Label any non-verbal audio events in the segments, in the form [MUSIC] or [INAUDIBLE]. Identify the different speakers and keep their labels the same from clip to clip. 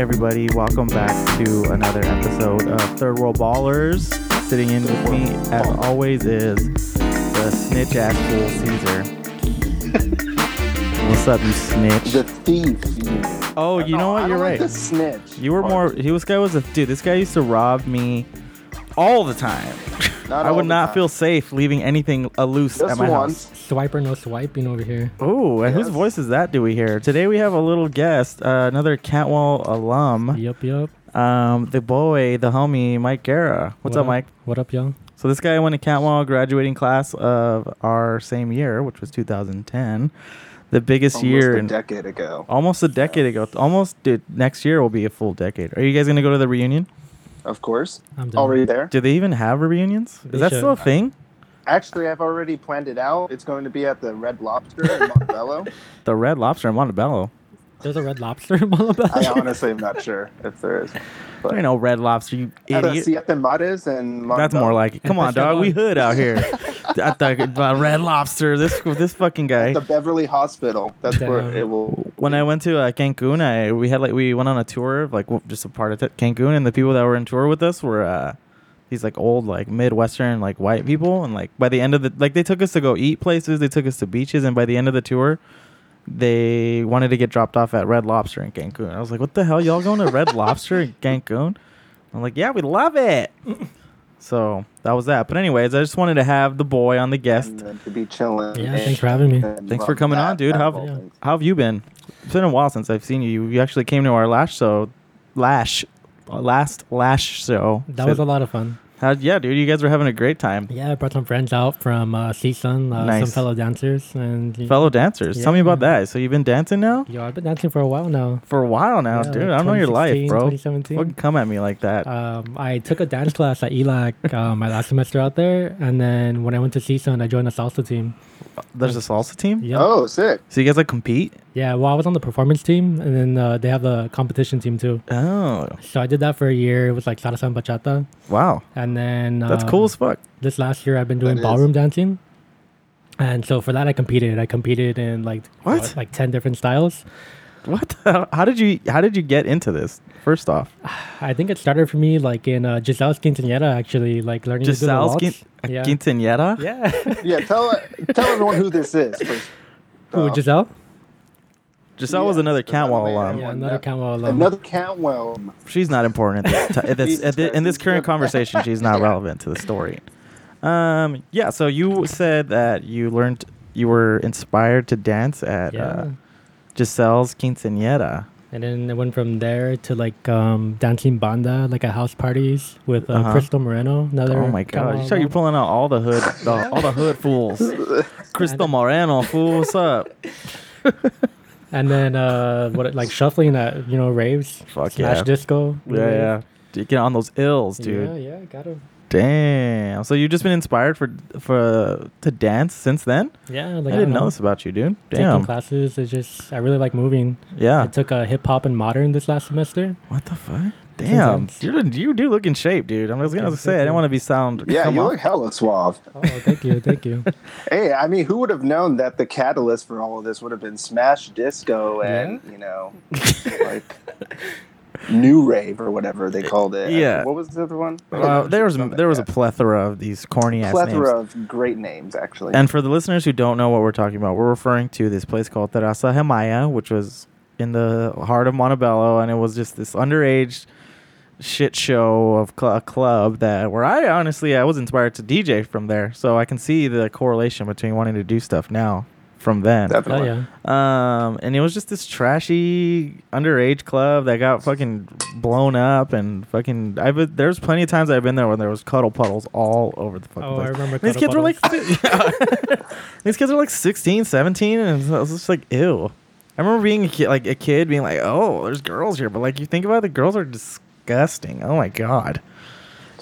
Speaker 1: everybody. Welcome back to another episode of Third World Ballers. Sitting in with me, as always, is the snitch ass fool Caesar.
Speaker 2: [LAUGHS]
Speaker 1: What's up, you
Speaker 2: The
Speaker 1: snitch?
Speaker 2: thief. You.
Speaker 1: Oh, you know
Speaker 2: I
Speaker 1: what?
Speaker 2: don't
Speaker 1: You're
Speaker 2: like
Speaker 1: right.
Speaker 2: The snitch.
Speaker 1: You were more. He was guy was a dude. This guy used to rob me all the time.
Speaker 2: Not
Speaker 1: I
Speaker 2: all
Speaker 1: would
Speaker 2: the
Speaker 1: not
Speaker 2: time.
Speaker 1: feel safe leaving anything uh, loose
Speaker 2: Just
Speaker 1: at my
Speaker 2: once.
Speaker 1: house.
Speaker 3: Swipe or no swiping over here.
Speaker 1: Oh, and whose
Speaker 2: Yes.
Speaker 1: voice is that? Do we hear today? We have a little guest, uh, another Cantwell alum,
Speaker 3: Yup, yup.
Speaker 1: um, the boy, the homie, Mike Guerra. What's
Speaker 3: What
Speaker 1: up, Mike?
Speaker 3: What up, y'all?
Speaker 1: So this guy went to Cantwell graduating class of our same year, which was 2010, the biggest
Speaker 2: Almost
Speaker 1: year
Speaker 2: a
Speaker 1: in
Speaker 2: decade ago.
Speaker 1: almost a decade ago. Almost, dude. Next year will be a full decade. Are you guys gonna go to the reunion?
Speaker 2: Of course.
Speaker 3: I'm done.
Speaker 2: Already there.
Speaker 1: Do they even have reunions? Is
Speaker 3: They
Speaker 1: that still a
Speaker 3: should.
Speaker 1: thing?
Speaker 2: Actually, I've already planned it out. It's going to be at the Red Lobster
Speaker 1: [LAUGHS]
Speaker 2: in Montebello.
Speaker 1: The Red Lobster in Montebello.
Speaker 3: There's a red lobster in Malabella.
Speaker 2: I honestly am not sure if there is.
Speaker 1: There ain't no Red Lobster, you
Speaker 2: At the
Speaker 1: idiot.
Speaker 2: Siete Mares in Montebello.
Speaker 1: That's more like it. Come on,
Speaker 3: That's not
Speaker 1: dog. We
Speaker 3: on.
Speaker 1: hood out
Speaker 3: [LAUGHS]
Speaker 1: here. I thought about Red Lobster. This this fucking guy.
Speaker 2: the Beverly Hospital. That's where
Speaker 3: Damn.
Speaker 2: it will.
Speaker 1: When I went to uh, Cancun, I we had like we went on a tour, of, like w- just a part of it, Cancun, and the people that were in tour with us were uh, these like old like Midwestern like white people, and like by the end of the like they took us to go eat places, they took us to beaches, and by the end of the tour, they wanted to get dropped off at Red Lobster in Cancun. I was like, what the hell, y'all going to Red Lobster in Cancun? I'm like, yeah, we love it. So that was that. But anyways, I just wanted to have the boy on the guest.
Speaker 2: and then to be chilling.
Speaker 3: [LAUGHS] Yeah,
Speaker 2: and-
Speaker 3: thanks for having me.
Speaker 2: and
Speaker 1: Thanks
Speaker 2: run
Speaker 1: for coming
Speaker 2: that-
Speaker 1: on, dude.
Speaker 2: that
Speaker 1: How
Speaker 2: whole
Speaker 3: Yeah.
Speaker 2: thing.
Speaker 1: how have you been? It's been a while since I've seen you. You actually came to our lash show, lash, uh, last lash show.
Speaker 3: That was a lot of fun.
Speaker 1: How, yeah, dude, you guys were having a great time.
Speaker 3: Yeah, I brought some friends out from uh, CSUN, uh, some
Speaker 1: Nice.
Speaker 3: fellow dancers, and
Speaker 1: Fellow dancers, tell me
Speaker 3: Yeah.
Speaker 1: about that. So you've been dancing now
Speaker 3: Yo, I've been dancing for a while now.
Speaker 1: for a while now,
Speaker 3: Yeah,
Speaker 1: dude.
Speaker 3: like
Speaker 1: I don't know your life,
Speaker 3: 2016,
Speaker 1: bro.
Speaker 3: 2017.
Speaker 1: Fucking come at me like that.
Speaker 3: Um, I took a dance class at ELAC [LAUGHS] uh, my last semester out there, and then when I went to CSUN, I joined the salsa team.
Speaker 1: There's a salsa team.
Speaker 3: Yeah,
Speaker 2: Oh, sick.
Speaker 1: So you guys like compete?
Speaker 3: yeah. Well, I was on the performance team, and then uh, they have the competition team too.
Speaker 1: Oh,
Speaker 3: So I did that for a year. It was like salsa and bachata,
Speaker 1: wow,
Speaker 3: and then
Speaker 1: that's
Speaker 3: um,
Speaker 1: cool as fuck.
Speaker 3: this last year I've been doing
Speaker 2: That is-
Speaker 3: ballroom dancing. And so for that I competed. I competed in like
Speaker 1: What?
Speaker 3: uh, like 10 different styles.
Speaker 1: What? The, how did you How did you get into this? First off,
Speaker 3: I think it started for me like in uh, Giselle's quinceañera actually like learning
Speaker 1: Giselle's
Speaker 3: to do
Speaker 1: quin-
Speaker 3: the waltz. yeah.
Speaker 1: quinceañera.
Speaker 3: [LAUGHS] yeah. [LAUGHS]
Speaker 2: Yeah, tell tell everyone who this is. First. Um,
Speaker 3: Who, Giselle?
Speaker 1: Giselle was
Speaker 2: Yes,
Speaker 1: another
Speaker 2: the runaway
Speaker 1: Cantwell alum.
Speaker 2: Yeah,
Speaker 3: Yeah, another um,
Speaker 2: that-
Speaker 3: Cantwell alum.
Speaker 2: Another Cantwell.
Speaker 1: She's not important at this, ti- at this,
Speaker 2: Jesus
Speaker 1: at thi- in this
Speaker 2: Christ.
Speaker 1: current conversation. She's
Speaker 2: [LAUGHS]
Speaker 1: not relevant to the story. Um, yeah. So you said that you learned you were inspired to dance at
Speaker 3: yeah.
Speaker 1: uh, Giselle's quinceañera.
Speaker 3: and then I went from there to like um, dancing banda like at house parties with uh,
Speaker 1: Uh-huh.
Speaker 3: Crystal Moreno. Another
Speaker 1: Oh my god! You
Speaker 3: Cantwell
Speaker 1: start, you're
Speaker 3: alum.
Speaker 1: pulling out all the hood, the, all the hood fools. Crystal Moreno, fool, what's up?
Speaker 3: And then uh what like shuffling at you know raves,
Speaker 1: Fuck
Speaker 3: smash
Speaker 1: yeah.
Speaker 3: disco.
Speaker 1: Yeah, yeah. Dude, Get on those ills, dude.
Speaker 3: Yeah, yeah, got him.
Speaker 1: Damn. So you've just been inspired for for to dance since then?
Speaker 3: Yeah, like
Speaker 1: I didn't know
Speaker 3: know.
Speaker 1: this about you, dude.
Speaker 3: taking
Speaker 1: Damn.
Speaker 3: classes. It's just I really like moving. I
Speaker 1: Yeah.
Speaker 3: took a hip hop and modern this last
Speaker 1: [LAUGHS]
Speaker 3: semester.
Speaker 1: What the fuck?
Speaker 3: It's
Speaker 1: Damn,
Speaker 3: intense.
Speaker 1: you you do look in shape, dude. I was gonna
Speaker 3: Thank
Speaker 1: say I
Speaker 3: you.
Speaker 1: didn't want to be sound.
Speaker 2: Yeah,
Speaker 1: come
Speaker 2: you
Speaker 1: off- [LAUGHS]
Speaker 2: look hella suave.
Speaker 3: Oh, thank you, thank you.
Speaker 2: Hey, I mean, who would have known that the catalyst for all of this would have been Smash Disco and
Speaker 1: [LAUGHS]
Speaker 2: you know, like New Rave or whatever they called it. I-
Speaker 1: Yeah.
Speaker 2: what was the other one?
Speaker 1: Wow, there was
Speaker 2: Something
Speaker 1: there was a
Speaker 2: like
Speaker 1: plethora of these corny
Speaker 2: that.
Speaker 1: ass
Speaker 2: plethora
Speaker 1: names.
Speaker 2: of great names actually.
Speaker 1: And for the listeners who don't know what we're talking about, we're referring to this place called Terraza Gemaya, which was in the heart of Montebello, and it was just this underage shit show of cl- a club that where I honestly I was inspired to DJ from there, so I can see the correlation between wanting to do stuff now from then.
Speaker 3: Oh
Speaker 2: Definitely.
Speaker 3: yeah,
Speaker 1: Um, and it was just this trashy underage club that got fucking blown up and fucking. I've there's plenty of times I've been there when there was cuddle puddles all over the fucking
Speaker 3: Oh, I
Speaker 1: place.
Speaker 3: remember
Speaker 1: And these kids
Speaker 3: cuddle
Speaker 1: [LAUGHS] were like, these kids were like 16, 17, and I was just like, ew. I remember being a kid, like a kid, being like, oh, there's girls here, but like you think about it, the girls are disgusting. Oh my god.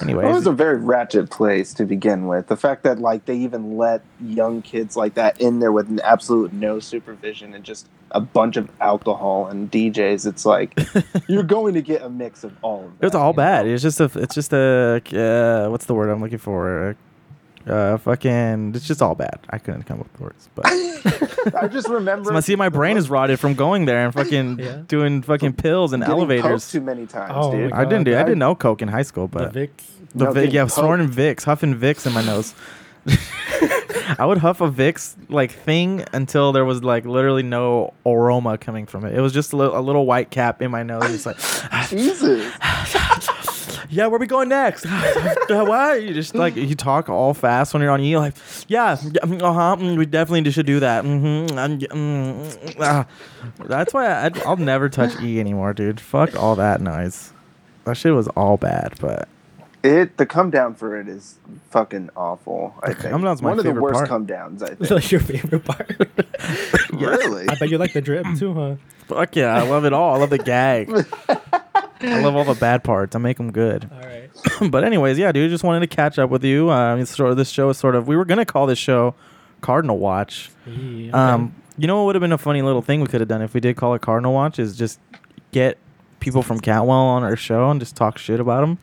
Speaker 2: It was
Speaker 1: Anyways,
Speaker 2: a very ratchet place to begin with. The fact that like they even let young kids like that in there with an absolute no supervision and just a bunch of alcohol and DJs,
Speaker 1: [LAUGHS]
Speaker 2: it's like you're going to get a mix of all of that.
Speaker 1: it's all
Speaker 2: you know?
Speaker 1: bad. It's just a. It's just a. Uh, what's the word I'm looking for? Uh, fucking, it's just all bad. I couldn't come up with words,
Speaker 2: [LAUGHS]
Speaker 1: but
Speaker 2: I just remember.
Speaker 1: my, see, my brain is rotted from going there and
Speaker 2: [LAUGHS]
Speaker 1: fucking
Speaker 3: Yeah.
Speaker 1: doing fucking pills and
Speaker 2: getting poked
Speaker 1: elevators.
Speaker 2: too many times,
Speaker 3: Oh,
Speaker 2: dude.
Speaker 3: my
Speaker 1: I didn't do. I
Speaker 2: God.
Speaker 1: didn't know coke in high school,
Speaker 3: The
Speaker 1: but the,
Speaker 3: Vicks.
Speaker 2: No,
Speaker 1: vi-
Speaker 2: getting
Speaker 1: yeah, snorting Vicks, huffing Vicks in my nose. [LAUGHS] I would huff a Vicks like thing until there was like literally no aroma coming from it. It was just a li- a little white cap in my nose. It's
Speaker 2: [LAUGHS]
Speaker 1: like,
Speaker 2: [LAUGHS]
Speaker 1: "Ah,
Speaker 2: Jesus.
Speaker 1: yeah, where we going next? [LAUGHS] Why you just like you talk all fast when you're on E? Like, yeah, uh huh. We definitely should do that. Mm-hmm, and, mm, ah. That's why I, I'll never touch E anymore, dude. Fuck all that noise. That shit was all bad, but
Speaker 2: It the come down for it is fucking awful. I
Speaker 1: The
Speaker 2: think.
Speaker 1: come down's my
Speaker 2: one of the
Speaker 1: favorite
Speaker 2: worst
Speaker 1: part.
Speaker 2: come downs.
Speaker 3: [LAUGHS]
Speaker 2: I
Speaker 3: It's
Speaker 2: think.
Speaker 3: like your
Speaker 1: [LAUGHS]
Speaker 3: favorite part.
Speaker 2: Really?
Speaker 3: I bet you like the drip too, huh?
Speaker 1: fuck yeah, I love it all. I love the gag. I love all the bad parts. I make them good. [CLEARS THROAT]
Speaker 3: All right.
Speaker 1: but anyways, yeah, dude, just wanted to catch up with you. Uh, it's sort of, this show is sort of we were gonna call this show Cardinal Watch.
Speaker 3: Yeah, okay.
Speaker 1: Um, you know what would have been a funny little thing we could have done if we did call it Cardinal Watch is just get people from Catwell on our show and just talk shit about them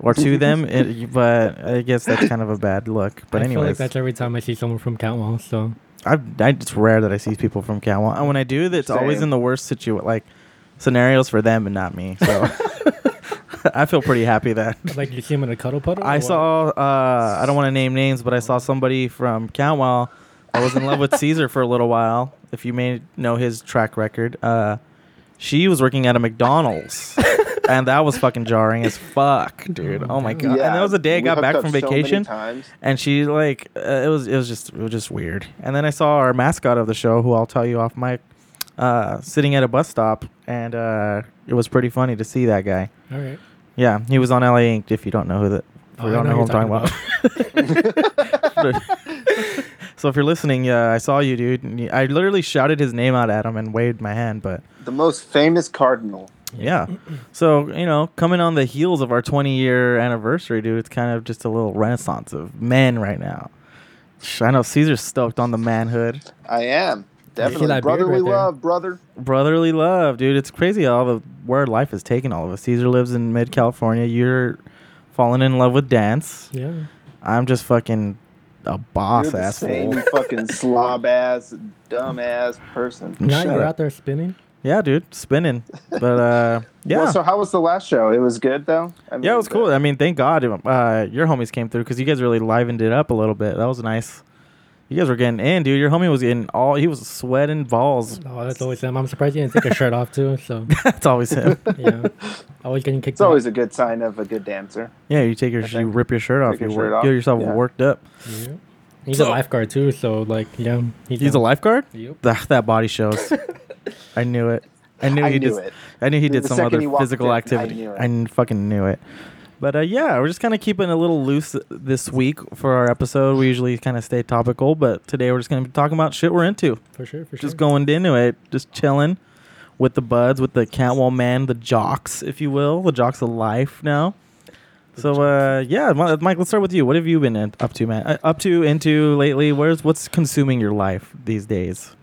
Speaker 1: or to them. It, but I guess that's kind of a bad look. But
Speaker 3: I feel like
Speaker 1: anyways,
Speaker 3: that's every time I see someone from Catwall. So
Speaker 1: I, I it's rare that I see people from Catwall, and when I do, it's always
Speaker 2: Same.
Speaker 1: in the worst situ like scenarios for them and not me. So [LAUGHS] I feel pretty happy that
Speaker 3: like you see him in a cuddle puddle. or
Speaker 1: I
Speaker 3: what?
Speaker 1: saw. Uh, I don't want to name names, but I saw somebody from Countwell. I was in love
Speaker 2: [LAUGHS]
Speaker 1: with Caesar for a little while. If you may know his track record, uh, she was working at a
Speaker 2: [LAUGHS]
Speaker 1: McDonald's, and that was fucking jarring as fuck, dude. Oh my god! and that was the day I
Speaker 2: we
Speaker 1: got
Speaker 2: hooked
Speaker 1: back
Speaker 2: up
Speaker 1: from
Speaker 2: so many
Speaker 1: vacation,
Speaker 2: times.
Speaker 1: and she like uh, it was it was just it was just weird. And then I saw our mascot of the show, who I'll tell you off mic, uh, sitting at a bus stop, and uh, it was pretty funny to see that guy.
Speaker 3: All right.
Speaker 1: Yeah, he was on LA Inc. If you don't know who that, if
Speaker 3: Oh,
Speaker 1: you
Speaker 3: I
Speaker 1: don't know
Speaker 3: know
Speaker 1: who
Speaker 3: who
Speaker 1: I'm talking
Speaker 3: you're
Speaker 1: about. [LAUGHS]
Speaker 3: [LAUGHS]
Speaker 1: so if you're listening, uh, I saw you, dude. and y- I literally shouted his name out at him and waved my hand. But
Speaker 2: The most famous cardinal.
Speaker 1: yeah,
Speaker 3: [CLEARS THROAT]
Speaker 1: so you know, coming on the heels of our 20 year anniversary, dude, it's kind of just a little renaissance of men right now. Sh- I know Caesar's stoked on the manhood,
Speaker 2: I am
Speaker 3: that
Speaker 2: definitely
Speaker 3: beard
Speaker 2: brotherly
Speaker 3: right there?
Speaker 2: love, brother.
Speaker 1: brotherly love, dude. It's crazy all the where life has taken all of us. Caesar lives in mid California. You're falling in love with dance.
Speaker 3: Yeah.
Speaker 1: I'm just fucking a
Speaker 2: You're
Speaker 1: boss
Speaker 2: the same
Speaker 1: asshole.
Speaker 2: fucking slob ass, dumb ass person.
Speaker 3: Now
Speaker 1: Shut
Speaker 3: you're
Speaker 1: up.
Speaker 3: out there spinning.
Speaker 1: Yeah, dude, spinning. But
Speaker 2: [LAUGHS]
Speaker 1: uh, yeah,
Speaker 2: Well, so how was the last show? It was good though. I mean,
Speaker 1: yeah, it was
Speaker 2: the-
Speaker 1: cool. I mean, thank God uh, your homies came through because you guys really livened it up a little bit. That was nice. You guys were getting in, dude. Your homie was getting all he was sweating balls. [LAUGHS]
Speaker 3: Oh, that's always him. I'm surprised he didn't take a shirt off too. So
Speaker 1: That's always
Speaker 2: [LAUGHS]
Speaker 1: him.
Speaker 3: yeah,
Speaker 1: [LAUGHS]
Speaker 3: always getting kicked.
Speaker 2: It's always a good sign of a good dancer.
Speaker 1: yeah, you take your
Speaker 2: I
Speaker 1: you
Speaker 2: think-
Speaker 1: rip your shirt off,
Speaker 2: take your
Speaker 1: you
Speaker 2: shirt
Speaker 1: work,
Speaker 2: off,
Speaker 1: get yourself
Speaker 2: yeah.
Speaker 1: worked up.
Speaker 3: Yeah. He's
Speaker 1: So-
Speaker 3: a lifeguard too. So like yeah,
Speaker 1: He's a
Speaker 3: lifeguard.
Speaker 1: lifeguard.
Speaker 3: Yep.
Speaker 1: That that body shows. I knew it. I knew
Speaker 2: I
Speaker 1: he
Speaker 2: knew
Speaker 1: just.
Speaker 2: it.
Speaker 1: I knew he
Speaker 2: The
Speaker 1: did some
Speaker 2: second
Speaker 1: other
Speaker 2: he walked
Speaker 1: physical
Speaker 2: in, I
Speaker 1: activity.
Speaker 2: knew it.
Speaker 1: I, kn- fucking knew it. But uh, yeah, we're just kind of keeping it a little loose this week for our episode. We usually kind of stay topical, but today we're just going to be talking about shit we're into.
Speaker 3: for sure. For sure.
Speaker 1: Just going into it, just chilling with the buds, with the catwall man, the jocks, if you will, the jocks of life now. So uh, yeah, Mi- Mike, let's start with you. What have you been in, up to, man? Uh, up to, into lately? Where's what's consuming your life these days?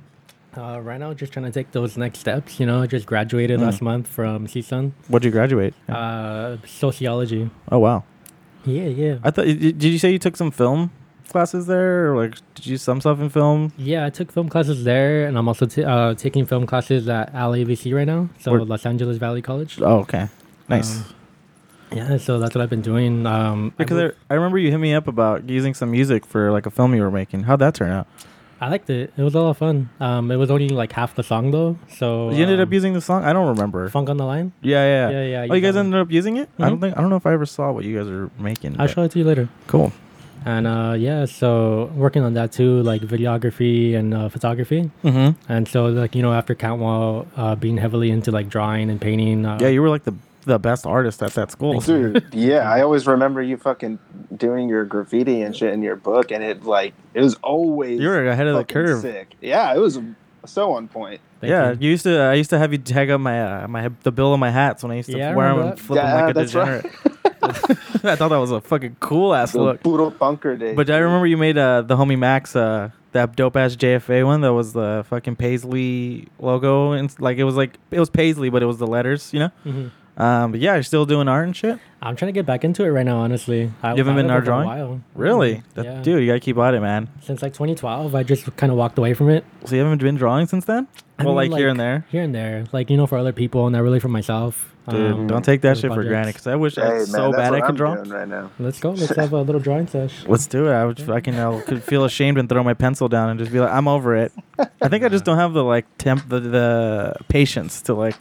Speaker 3: Uh, right now, just trying to take those next steps. You know, I just
Speaker 1: Mm.
Speaker 3: graduated last month from CSUN,
Speaker 1: What'd you graduate?
Speaker 3: uh, sociology.
Speaker 1: oh wow.
Speaker 3: Yeah, yeah.
Speaker 1: I thought. Did you say you took some film classes there, or like did you some stuff in film?
Speaker 3: yeah, I took film classes there, and I'm also t- uh, taking film classes at LAVC right now, so
Speaker 1: Where-
Speaker 3: Los Angeles Valley College.
Speaker 1: Oh, okay, nice.
Speaker 3: Um, Yeah, so that's what I've been doing. Um, I
Speaker 1: because
Speaker 3: wo-
Speaker 1: I, I remember you hit me up about using some music for like a film you were making. How'd that turn out?
Speaker 3: I liked it. It was a lot of fun. Um, it was only like half the song though, so
Speaker 1: you ended up
Speaker 3: um,
Speaker 1: using the song. I don't remember.
Speaker 3: Funk on the Line.
Speaker 1: yeah, yeah,
Speaker 3: Yeah, yeah, I
Speaker 1: Oh, you
Speaker 3: used
Speaker 1: guys
Speaker 3: that one.
Speaker 1: ended up using it. I don't
Speaker 3: Mhm.
Speaker 1: think I don't know if I ever saw what you guys are making.
Speaker 3: I'll
Speaker 1: but-
Speaker 3: show it to you later.
Speaker 1: Cool.
Speaker 3: And uh, yeah, so working on that too, like videography and uh, photography.
Speaker 1: Mm-hmm.
Speaker 3: And so, like you know, after Cantwell uh, being heavily into like drawing and painting, uh,
Speaker 1: Yeah, you were like the the best artist at that school.
Speaker 2: Dude, yeah, I always remember you fucking doing your graffiti and shit in your book, and it like it was always
Speaker 1: You were ahead of the
Speaker 2: fucking
Speaker 1: curve.
Speaker 2: Sick, yeah, it was so on point.
Speaker 3: thank
Speaker 1: yeah,
Speaker 3: you.
Speaker 1: you. used to. I used to have you tag up my uh, my the bill of my hats when I used to
Speaker 3: Yeah, I
Speaker 1: wear them
Speaker 3: remember
Speaker 1: and
Speaker 3: that.
Speaker 1: flip them
Speaker 2: Yeah,
Speaker 1: like a
Speaker 2: that's right.
Speaker 1: degenerate. [LAUGHS] I thought that was a fucking cool ass
Speaker 2: The
Speaker 1: look.
Speaker 2: Boodle bunker day.
Speaker 1: But I remember you made uh, the homie Max uh, that dope ass JFA one that was the fucking Paisley logo and s- like it was like it was Paisley but it was the letters you know
Speaker 3: Mhm.
Speaker 1: Um, but yeah, you're still doing art and shit.
Speaker 3: I'm trying to get back into it right now. Honestly, I,
Speaker 1: You haven't
Speaker 3: I
Speaker 1: been in
Speaker 3: haven't
Speaker 1: art
Speaker 3: for a
Speaker 1: drawing?
Speaker 3: while.
Speaker 1: Really,
Speaker 3: Mhm.
Speaker 1: That-
Speaker 3: yeah.
Speaker 1: dude, you gotta keep at it, man.
Speaker 3: Since like 2012, I just kind of walked away from it.
Speaker 1: So you haven't been drawing since then?
Speaker 3: I
Speaker 1: well,
Speaker 3: mean,
Speaker 1: like, here and there,
Speaker 3: here and there, like you know, for other people, not really for myself.
Speaker 1: dude.
Speaker 3: Um,
Speaker 1: don't take that
Speaker 3: other
Speaker 1: shit for
Speaker 3: projects.
Speaker 1: granted. Cause I wish
Speaker 2: Hey,
Speaker 1: I
Speaker 2: man,
Speaker 1: was so
Speaker 2: that's
Speaker 1: bad I
Speaker 2: what
Speaker 1: could
Speaker 2: I'm
Speaker 1: draw.
Speaker 2: doing right now.
Speaker 3: Let's go. Let's have a little drawing sesh.
Speaker 1: Let's do it. I would fucking I could feel ashamed and throw my pencil down and just be like, I'm over it. I think I just don't have the like temp the, the patience to like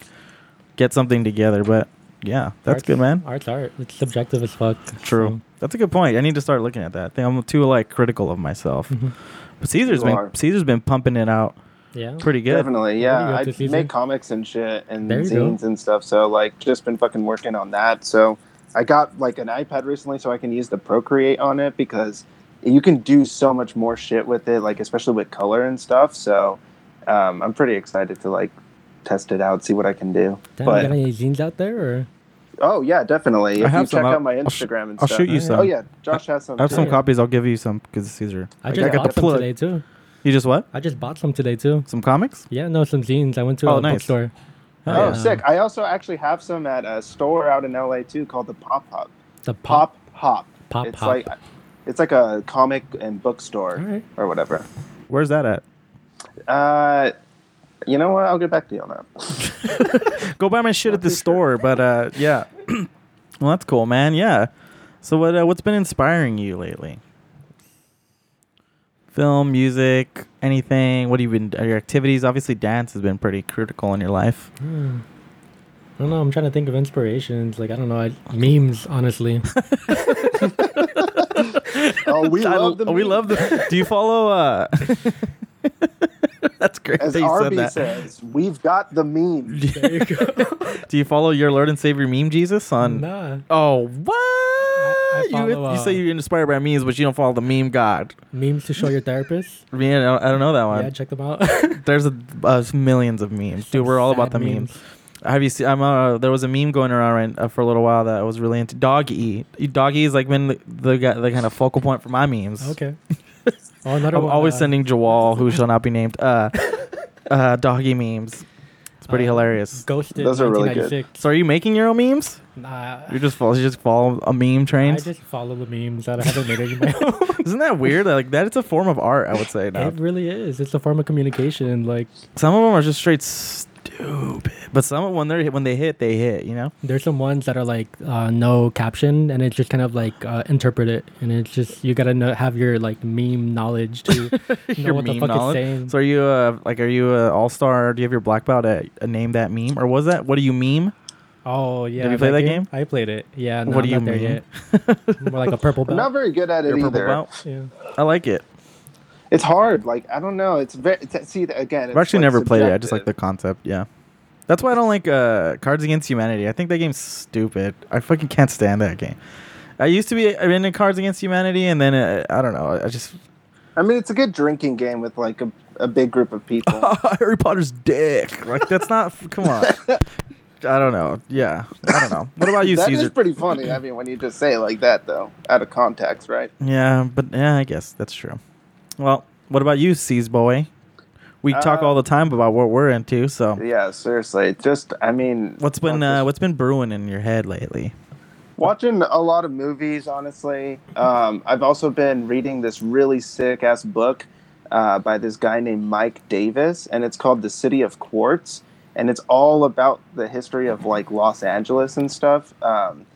Speaker 1: get something together. But yeah, that's
Speaker 3: Art's-
Speaker 1: good, man.
Speaker 3: Art's art. It's subjective as fuck.
Speaker 1: True. That's a good point. I need to start looking at that. I think I'm too like critical of myself.
Speaker 3: Mhm.
Speaker 1: But Caesar's
Speaker 2: You
Speaker 1: been
Speaker 2: are.
Speaker 1: Caesar's been pumping it out
Speaker 3: So, yeah.
Speaker 1: pretty good.
Speaker 2: Definitely,
Speaker 3: What are you
Speaker 2: yeah.
Speaker 3: up
Speaker 2: I
Speaker 3: to, Caesar?
Speaker 2: make comics and shit and
Speaker 3: There you go.
Speaker 2: zines and stuff. So like, just been fucking working on that. So I got like an iPad recently, so I can use the Procreate on it because you can do so much more shit with it, like especially with color and stuff. So um, I'm pretty excited to like test it out, see what I can do.
Speaker 3: Damn,
Speaker 2: but
Speaker 3: you got any zines out there or?
Speaker 2: oh yeah, definitely.
Speaker 1: I
Speaker 2: If you
Speaker 1: have some.
Speaker 2: check
Speaker 1: I'll-
Speaker 2: out my
Speaker 1: I'll sh-
Speaker 2: Instagram and
Speaker 1: I'll
Speaker 2: stuff.
Speaker 1: shoot you
Speaker 3: Alright.
Speaker 1: some.
Speaker 2: Oh yeah, Josh has some.
Speaker 1: I have some
Speaker 2: too.
Speaker 1: copies. I'll give you some because Caesar.
Speaker 3: I just
Speaker 1: got the
Speaker 3: bought some
Speaker 1: plug.
Speaker 3: today too.
Speaker 1: You just what?
Speaker 3: I just bought some today too.
Speaker 1: Some comics?
Speaker 3: Yeah, no, some zines. I went to
Speaker 1: Oh,
Speaker 3: a
Speaker 1: nice.
Speaker 3: bookstore.
Speaker 2: Oh,
Speaker 1: Yeah.
Speaker 2: sick! I also actually have some at a store out in LA too called the Pop Hop.
Speaker 3: The pop,
Speaker 2: Pop Hop.
Speaker 3: pop,
Speaker 2: it's
Speaker 3: pop.
Speaker 2: like it's like a comic and
Speaker 3: All
Speaker 2: bookstore
Speaker 3: right.
Speaker 2: or whatever.
Speaker 1: Where's that at?
Speaker 2: Uh, you know what? I'll get back to you on
Speaker 1: [LAUGHS]
Speaker 2: that.
Speaker 1: Go buy my shit at the
Speaker 2: for sure.
Speaker 1: store. But uh, yeah. [CLEARS THROAT] well, that's cool, man. Yeah. So what? Uh, what's been inspiring you lately? Film, music, anything? What have you been? Your activities? Obviously, dance has been pretty critical in your life.
Speaker 3: Hmm. I don't know. I'm trying to think of inspirations. Like I don't know. I,
Speaker 1: [LAUGHS]
Speaker 3: memes, honestly.
Speaker 2: [LAUGHS] Oh, we
Speaker 1: I-
Speaker 2: love the
Speaker 1: [LAUGHS] We
Speaker 2: meme.
Speaker 1: love the. Do you follow? uh [LAUGHS] That's great.
Speaker 2: As
Speaker 1: that you
Speaker 2: Arby
Speaker 1: said that.
Speaker 2: says, we've got
Speaker 1: [LAUGHS]
Speaker 2: the meme.
Speaker 3: there you go.
Speaker 1: Do you follow your Lord and Savior meme Jesus on?
Speaker 3: nah,
Speaker 1: Oh what?
Speaker 3: I follow,
Speaker 1: you, you
Speaker 3: uh,
Speaker 1: say you're inspired by memes, but you don't follow the meme god.
Speaker 3: memes to show your therapist.
Speaker 1: I mean, I don't, I don't know that one.
Speaker 3: Yeah, check them out.
Speaker 1: There's a, uh, millions of memes, [LAUGHS] dude. We're all about the
Speaker 3: Sad
Speaker 1: memes. Have you seen? I'm uh, there was a meme going around right, uh, for a little while that I was really into. Doggy, doggy is like been the the, guy, the kind of focal point for my memes. [LAUGHS]
Speaker 3: Okay. Oh, another
Speaker 1: I'm
Speaker 3: one,
Speaker 1: always
Speaker 3: uh,
Speaker 1: sending Jawal, who shall not be named,
Speaker 3: [LAUGHS]
Speaker 1: uh, uh, doggy memes. It's pretty
Speaker 3: Uh,
Speaker 1: hilarious.
Speaker 3: Ghosted.
Speaker 2: Those are really good.
Speaker 3: 1996.
Speaker 1: So, are you making your own memes?
Speaker 3: Nah,
Speaker 1: You just follow, you just follow a meme
Speaker 3: I
Speaker 1: train.
Speaker 3: just follow the memes that I haven't made any my own.
Speaker 1: [LAUGHS] Isn't that weird? Like that, it's a form of art. I would say now.
Speaker 3: [LAUGHS] It really is. It's a form of communication. Like
Speaker 1: Some of them are just straight stupid, but some of when they when they hit, they hit. You know.
Speaker 3: there's some ones that are like uh, no caption, and it's just kind of like uh, interpret it, and it's just you gotta know have your like meme knowledge
Speaker 1: [LAUGHS]
Speaker 3: to know what the fuck it's saying.
Speaker 1: So are you uh like are you a all star? Do you have your black belt at a name that meme or was that what do you meme?
Speaker 3: oh yeah.
Speaker 1: Have you played that game?
Speaker 3: I played it. Yeah. No,
Speaker 1: What
Speaker 3: I'm
Speaker 1: do you
Speaker 3: not there
Speaker 1: mean?
Speaker 3: yet.
Speaker 1: [LAUGHS]
Speaker 3: More like a purple
Speaker 2: I'm
Speaker 3: belt.
Speaker 2: not very good at it
Speaker 1: Your purple
Speaker 2: either.
Speaker 1: belt.
Speaker 3: Yeah.
Speaker 1: I like it.
Speaker 2: It's hard. Like I don't know. It's very it's, see again.
Speaker 1: I've
Speaker 2: it's,
Speaker 1: actually
Speaker 2: like,
Speaker 1: never played it. I just like the
Speaker 2: subjective.
Speaker 1: concept. Yeah. That's why I don't like uh, Cards Against Humanity. I think that game's stupid. I fucking can't stand that game. I used to be into Cards Against Humanity, and then uh, I don't know. I just
Speaker 2: I mean, it's a good drinking game with like a, a big group
Speaker 1: [LAUGHS]
Speaker 2: of people.
Speaker 1: Harry Potter's dick. Like that's not. Come on. I don't know. Yeah, I don't know. What about you,
Speaker 2: That is
Speaker 1: Caesar?
Speaker 2: pretty funny. I mean, when you just say it like that, though, out of context, right?
Speaker 1: Yeah, but yeah, I guess that's true. Well, what about you, C's boy? We talk
Speaker 2: Uh,
Speaker 1: all the time about what we're into. So,
Speaker 2: Yeah, seriously. Just, I mean,
Speaker 1: what's been
Speaker 2: not just-
Speaker 1: uh, what's been brewing in your head lately?
Speaker 2: watching a lot of movies honestly um, i've also been reading this really sick ass book uh, by this guy named mike davis and it's called the city of quartz and it's all about the history of like los angeles and stuff um,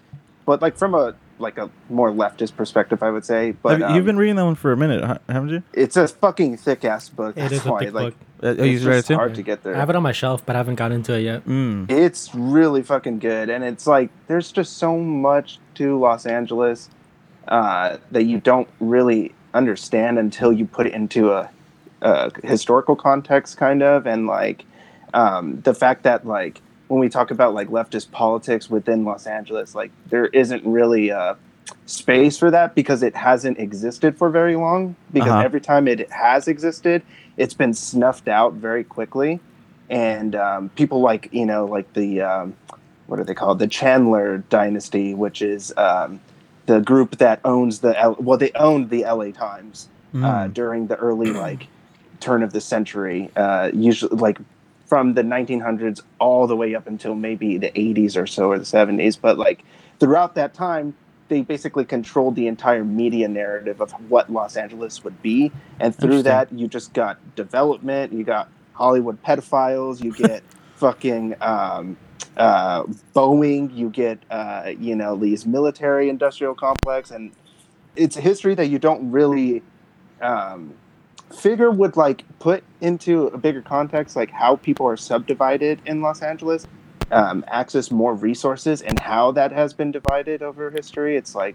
Speaker 2: but like from a like a more leftist perspective i would say but
Speaker 1: Have, you've
Speaker 2: um,
Speaker 1: been reading that one for a minute, huh- haven't you?
Speaker 2: it's a fucking thick ass book
Speaker 3: It
Speaker 2: that's
Speaker 3: is a
Speaker 2: why
Speaker 3: thick
Speaker 2: like
Speaker 3: book.
Speaker 1: Uh, oh,
Speaker 2: it's
Speaker 1: you read it
Speaker 2: just
Speaker 1: too.
Speaker 2: hard to get there
Speaker 3: I have it on my shelf, but I haven't gotten into it yet.
Speaker 1: Mm.
Speaker 2: it's really fucking good and it's like there's just so much to los angeles uh, that you don't really understand until you put it into a, a historical context kind of and like um, the fact that like when we talk about like leftist politics within los angeles like there isn't really uh space for that because it hasn't existed for very long because
Speaker 1: Uh-huh.
Speaker 2: every time it has existed it's been snuffed out very quickly and um, people like you know like the um, what are they called the chandler dynasty which is um, the group that owns the L- well they owned the la times uh,
Speaker 1: Mm.
Speaker 2: during the early like turn of the century uh, usually like from the 1900s all the way up until maybe the 80s or so or the 70s. But like throughout that time, they basically controlled the entire media narrative of what Los Angeles would be. And through that, you just got development, you got Hollywood pedophiles, you get fucking um, uh, Boeing, you get, uh, you know, these military industrial complex. And it's a history that you don't really um, figure would like put into a bigger context, like how people are subdivided in Los Angeles um, access more resources and how that has been divided over history. It's like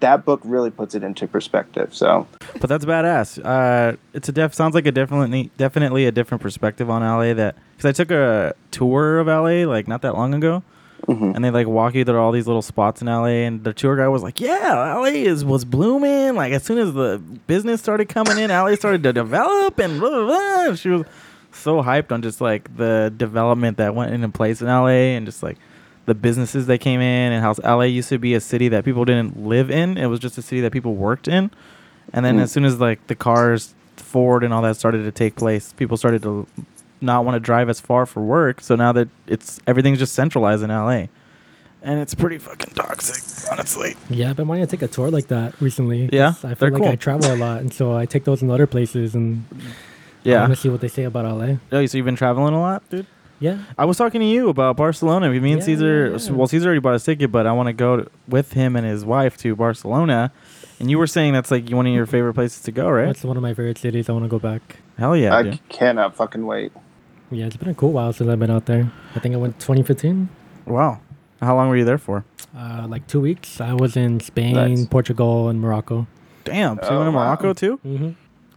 Speaker 2: that book really puts it into perspective. So,
Speaker 1: but that's badass. Uh, it's a def sounds like a definitely definitely a different perspective on LA. That because I took a tour of LA like not that long ago.
Speaker 2: Mhm.
Speaker 1: And they like walk you through all these little spots in LA, and the tour guy was like, "Yeah, LA is was blooming. Like as soon as the business started coming in, LA started to develop, and blah blah." blah. She was so hyped on just like the development that went into place in LA, and just like the businesses that came in, and how LA used to be a city that people didn't live in. It was just a city that people worked in, and then
Speaker 2: Mm.
Speaker 1: as soon as like the cars, Ford, and all that started to take place, people started to not want to drive as far for work. So now that it's everything's just centralized in LA, and it's pretty fucking toxic, honestly.
Speaker 3: Yeah, I've been wanting to take a tour like that recently. 'cause
Speaker 1: Yeah, they're
Speaker 3: I feel like
Speaker 1: cool.
Speaker 3: I travel a lot, and so I take those in other places, and I
Speaker 1: Yeah.
Speaker 3: want to see what they say about LA.
Speaker 1: Oh, so you've been traveling a lot, dude.
Speaker 3: Yeah,
Speaker 1: I was talking to you about Barcelona. Me and
Speaker 3: Yeah,
Speaker 1: Caesar.
Speaker 3: yeah, yeah.
Speaker 1: Well, Caesar already bought his ticket, but I want to go to- with him and his wife to Barcelona. And you were saying that's like one of your favorite places to go, right?
Speaker 3: that's one of my favorite cities. I want to go back.
Speaker 1: Hell yeah,
Speaker 2: I
Speaker 1: dude.
Speaker 2: cannot fucking wait.
Speaker 3: Yeah, it's been a cool while since I've been out there. I think I went 2015,
Speaker 1: Wow. How long were you there for?
Speaker 3: uh, like two weeks. I was in Spain,
Speaker 2: Nice.
Speaker 3: Portugal, and Morocco.
Speaker 1: Damn. So you
Speaker 2: Oh,
Speaker 1: went to
Speaker 2: wow.
Speaker 1: Morocco too?
Speaker 3: hmm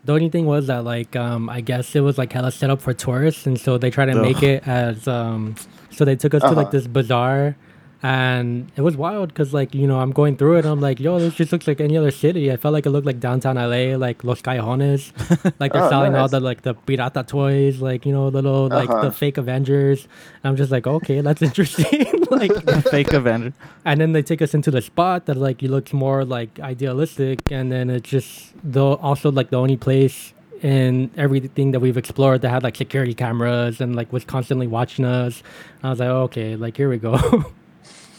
Speaker 3: The only thing was that, like, um, I guess it was like hella set up for tourists, and so they try to make
Speaker 1: Ugh.
Speaker 3: it as. Um, so they took us to like
Speaker 2: Uh-huh.
Speaker 3: this bazaar, and it was wild because, like, you know, I'm going through it, and I'm like, yo, this just looks like any other city. I felt like it looked like downtown LA, like Los
Speaker 2: [LAUGHS]
Speaker 3: Callejones, like they're
Speaker 2: Oh,
Speaker 3: selling all
Speaker 2: nice.
Speaker 3: the like the pirata toys, like you know, little like
Speaker 2: Uh-huh.
Speaker 3: the fake Avengers. And I'm just like, okay, that's [LAUGHS] interesting. like,
Speaker 1: Fake Avenger.
Speaker 3: and then they take us into the spot that like you look more like idealistic and then it's just the also like the only place in everything that we've explored that had like security cameras and like was constantly watching us i was like okay like here we go [LAUGHS]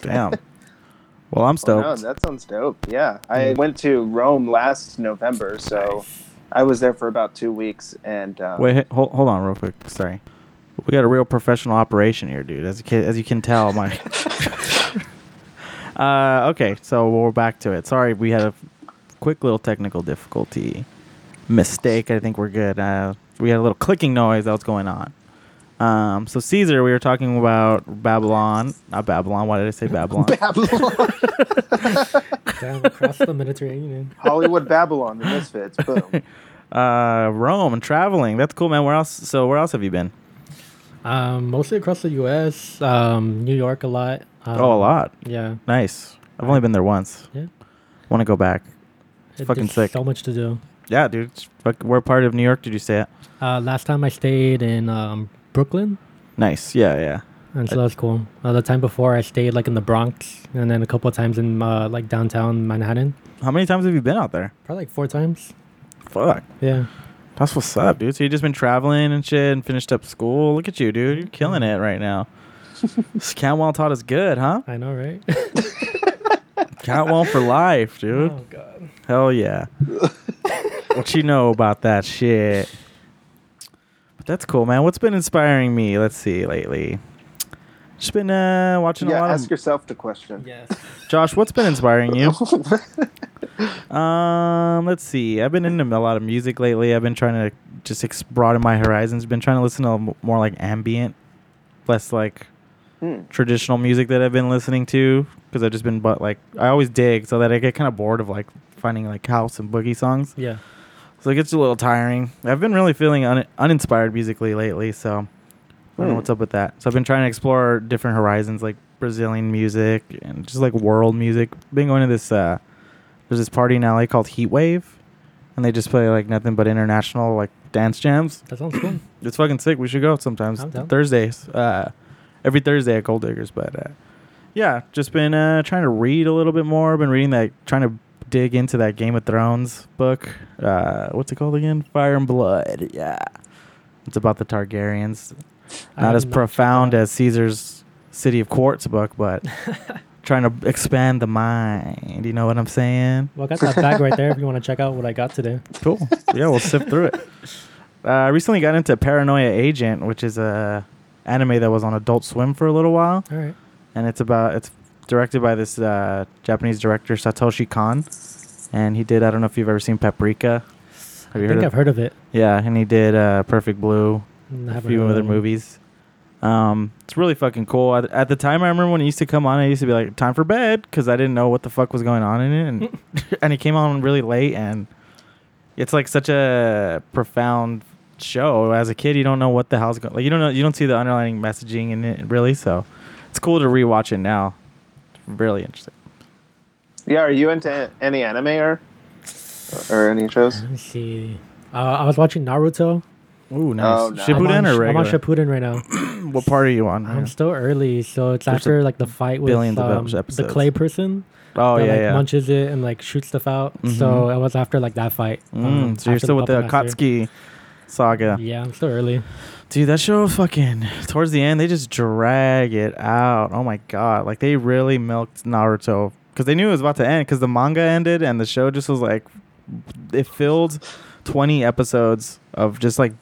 Speaker 1: Damn. Well, I'm
Speaker 2: [LAUGHS] Oh,
Speaker 1: stoked.
Speaker 2: no, that sounds dope. Yeah, I went to Rome last November, so I was there for about two weeks. And um,
Speaker 1: Wait, h- hold, hold on real quick. Sorry. We got a real professional operation here, dude. As you can, as you can tell, my. [LAUGHS] uh, okay, so we're back to it. Sorry, we had a quick little technical difficulty. Mistake. I think we're good. Uh, we had a little clicking noise that was going on. Um, so Caesar, we were talking about Babylon. Not Babylon. Why did I say
Speaker 2: [LAUGHS]
Speaker 1: Babylon?
Speaker 2: [LAUGHS] Babylon,
Speaker 3: Damn, across the mediterranean
Speaker 2: Hollywood, Babylon, the
Speaker 1: [LAUGHS]
Speaker 2: Misfits. Boom.
Speaker 1: uh, Rome and traveling. That's cool, man. Where else? So where else have you been?
Speaker 3: um mostly across the us um new york a lot um,
Speaker 1: oh, a lot.
Speaker 3: yeah
Speaker 1: Nice. I've only been there once.
Speaker 3: yeah
Speaker 1: Want to go back?
Speaker 3: It-
Speaker 1: fucking
Speaker 3: there's
Speaker 1: sick.
Speaker 3: so much to do
Speaker 1: Yeah, dude. It's fuck- Where part of New York did you stay at?
Speaker 3: uh last time i stayed in um brooklyn
Speaker 1: Nice. Yeah, yeah.
Speaker 3: And so that was cool. Uh, the time before, I stayed like in the Bronx, and then a couple of times in uh, like downtown Manhattan.
Speaker 1: How many times have you been out there?
Speaker 3: Probably like four times.
Speaker 1: Fuck.
Speaker 3: Yeah.
Speaker 1: That's what's up, dude. So you just been traveling and shit and finished up school. Look at you, dude. You're killing it right now. Countwell taught us good, huh?
Speaker 3: I know, right?
Speaker 1: Countwell for life,
Speaker 3: [LAUGHS]
Speaker 1: dude.
Speaker 3: Oh, God.
Speaker 1: Hell yeah. what you know about that shit? But that's cool, man. What's been inspiring me? Let's see lately. Just been uh, watching a
Speaker 2: yeah,
Speaker 1: lot
Speaker 2: ask
Speaker 1: of
Speaker 2: yourself the question.
Speaker 3: Yes.
Speaker 1: Josh. What's been inspiring you? [LAUGHS] Um, let's see. I've been into a lot of music lately. I've been trying to just ex- broaden my horizons. Been trying to listen to m- more like ambient, less like
Speaker 2: Hmm.
Speaker 1: traditional music that I've been listening to because I've just been but like I always dig so that I get kind of bored of like finding like house and boogie songs.
Speaker 3: Yeah.
Speaker 1: So it gets a little tiring. I've been really feeling un- uninspired musically lately, so I don't know
Speaker 2: Hmm.
Speaker 1: what's up with that. So I've been trying to explore different horizons, like Brazilian music and just like world music. Been going to this uh, there's this party in LA called Heat Wave, and they just play like nothing but international like dance jams.
Speaker 3: That sounds cool.
Speaker 1: It's fucking sick. We should go sometimes.
Speaker 3: I'm down.
Speaker 1: Thursdays, uh, every Thursday at Gold Diggers. But uh, yeah, just been uh, trying to read a little bit more. Been reading that, trying to dig into that Game of Thrones book. Uh, what's it called again? Fire and Blood. Yeah, it's about the Targaryens. Not
Speaker 4: I'm
Speaker 1: as
Speaker 4: not
Speaker 1: profound as Caesar's City of Quartz book,
Speaker 3: [LAUGHS]
Speaker 1: but trying to expand the mind. You know what I'm saying?
Speaker 3: Well, I got that bag right there if you want to check out what I got today.
Speaker 1: Cool. yeah, we'll sift through it. Uh, I recently got into Paranoia Agent, which is a anime that was on Adult Swim for a little while,
Speaker 3: All right.
Speaker 1: and it's about it's directed by this uh, Japanese director Satoshi Kon, and he did I don't know if you've ever seen Paprika. Have
Speaker 3: I think
Speaker 1: of-
Speaker 3: I've heard of it.
Speaker 1: Yeah, and he did uh, Perfect Blue,
Speaker 3: I
Speaker 1: a
Speaker 3: haven't
Speaker 1: few
Speaker 3: heard of
Speaker 1: other
Speaker 3: that one.
Speaker 1: movies. Um, it's really fucking cool. At, at the time, I remember when it used to come on, I used to be like, "Time for bed," because I didn't know what the fuck was going on in it, [LAUGHS] and and it came on really late, and it's like such a profound show. As a kid, you don't know what the hell's going. Like you don't know, you don't see the underlining messaging in it really. So it's cool to rewatch it now. Really interesting.
Speaker 2: Yeah, are you into a- any anime or or any shows?
Speaker 3: Let me see. Uh, I was watching Naruto.
Speaker 1: Ooh, Oh, nice.
Speaker 2: nice.
Speaker 1: Shippuden
Speaker 3: I'm on,
Speaker 1: or
Speaker 3: I'm on
Speaker 1: regular?
Speaker 3: Shippuden
Speaker 1: [CLEARS THROAT]
Speaker 3: right now.
Speaker 1: what part are you on?
Speaker 3: I'm still early, so it's
Speaker 1: There's
Speaker 3: after
Speaker 1: a
Speaker 3: like the fight with
Speaker 1: billion
Speaker 3: um,
Speaker 1: developed
Speaker 3: the
Speaker 1: episodes.
Speaker 3: clay person
Speaker 1: oh
Speaker 3: that
Speaker 1: yeah,
Speaker 3: like
Speaker 1: yeah. Mm-hmm.
Speaker 3: munches it and like shoots stuff out. So it was after like that fight. um,
Speaker 1: Mm, so you're
Speaker 3: after
Speaker 1: still with the
Speaker 3: Puppet Master.
Speaker 1: Akatsuki saga.
Speaker 3: Yeah, I'm still early.
Speaker 1: Dude, that show fucking towards the end, they just drag it out. Oh my god, like they really milked Naruto because they knew it was about to end because the manga ended and the show just was like it filled 20 episodes of just like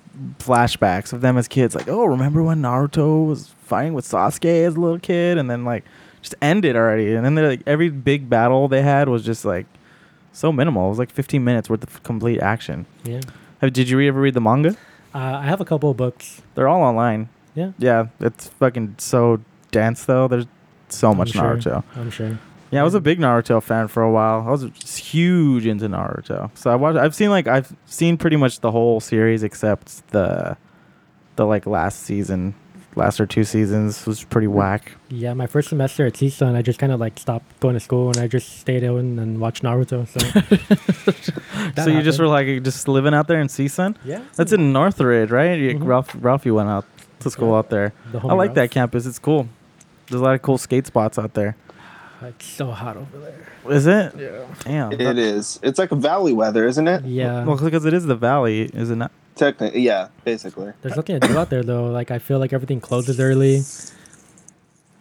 Speaker 1: flashbacks of them as kids. Like, oh, remember when Naruto was fighting with Sasuke as a little kid, and then like just ended already. And then they're like every big battle they had was just like so minimal. It was like 15 minutes worth of complete action.
Speaker 3: Yeah.
Speaker 1: Have, did you ever read the manga?
Speaker 3: Uh, I have a couple of books.
Speaker 1: They're all online.
Speaker 3: Yeah.
Speaker 1: Yeah, it's fucking so dense though. There's so much
Speaker 3: sure.
Speaker 1: Naruto.
Speaker 3: I'm sure.
Speaker 1: Yeah, I was a big Naruto fan for a while. I was just huge into Naruto. So I watched I've seen like I've seen pretty much the whole series except the the like last season, last or two seasons was pretty
Speaker 3: Hmm.
Speaker 1: whack.
Speaker 3: Yeah, my first semester at CSUN, I just kind of like stopped going to school and I just stayed in and watched Naruto.
Speaker 1: [LAUGHS]
Speaker 3: So, That
Speaker 1: so you just
Speaker 3: happened.
Speaker 1: were like just living out there in CSUN?
Speaker 3: yeah,
Speaker 1: That's in Northridge, right? You, Ralph Ralphie went out to school out there.
Speaker 3: The
Speaker 1: I
Speaker 3: Mm-hmm. homie
Speaker 1: like that
Speaker 3: Ralph.
Speaker 1: campus. It's cool. There's a lot of cool skate spots out there.
Speaker 3: It's so hot over there.
Speaker 1: Is it? Yeah. Damn.
Speaker 2: It is. It's like valley weather, isn't it?
Speaker 3: Yeah.
Speaker 1: Well, because it is the valley, is it not?
Speaker 2: Technically, yeah, basically.
Speaker 3: There's nothing to do out there though. Like I feel like everything closes early.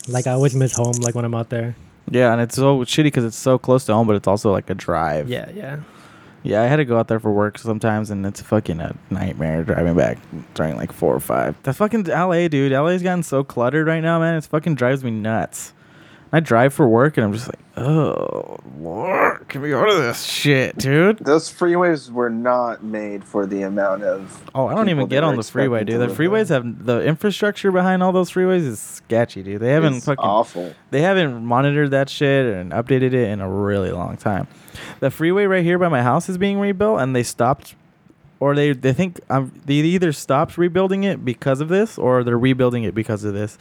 Speaker 3: Like I always miss home. Like when I'm out there.
Speaker 1: Yeah, and it's so shitty because it's so close to home, but it's also like a drive.
Speaker 3: Yeah, yeah.
Speaker 1: Yeah, I had to go out there for work sometimes, and it's fucking a nightmare driving back during like four or five. The fucking LA, dude. LA's gotten so cluttered right now, man. It's fucking drives me nuts. I drive for work, and I'm just like, oh, Lord, can we go to this shit, dude?
Speaker 2: Those freeways were not made for the amount of.
Speaker 1: Oh, I don't
Speaker 2: people
Speaker 1: even
Speaker 2: that
Speaker 1: get
Speaker 2: were
Speaker 1: on the freeway,
Speaker 2: expected
Speaker 1: dude. The
Speaker 2: to live
Speaker 1: freeways
Speaker 2: there.
Speaker 1: have the infrastructure behind all those freeways is sketchy, dude. They haven't
Speaker 2: It's
Speaker 1: fucking
Speaker 2: awful.
Speaker 1: they haven't monitored that shit and updated it in a really long time. The freeway right here by my house is being rebuilt, and they stopped, or they they think um, they either stopped rebuilding it because of this, or they're rebuilding it because of this.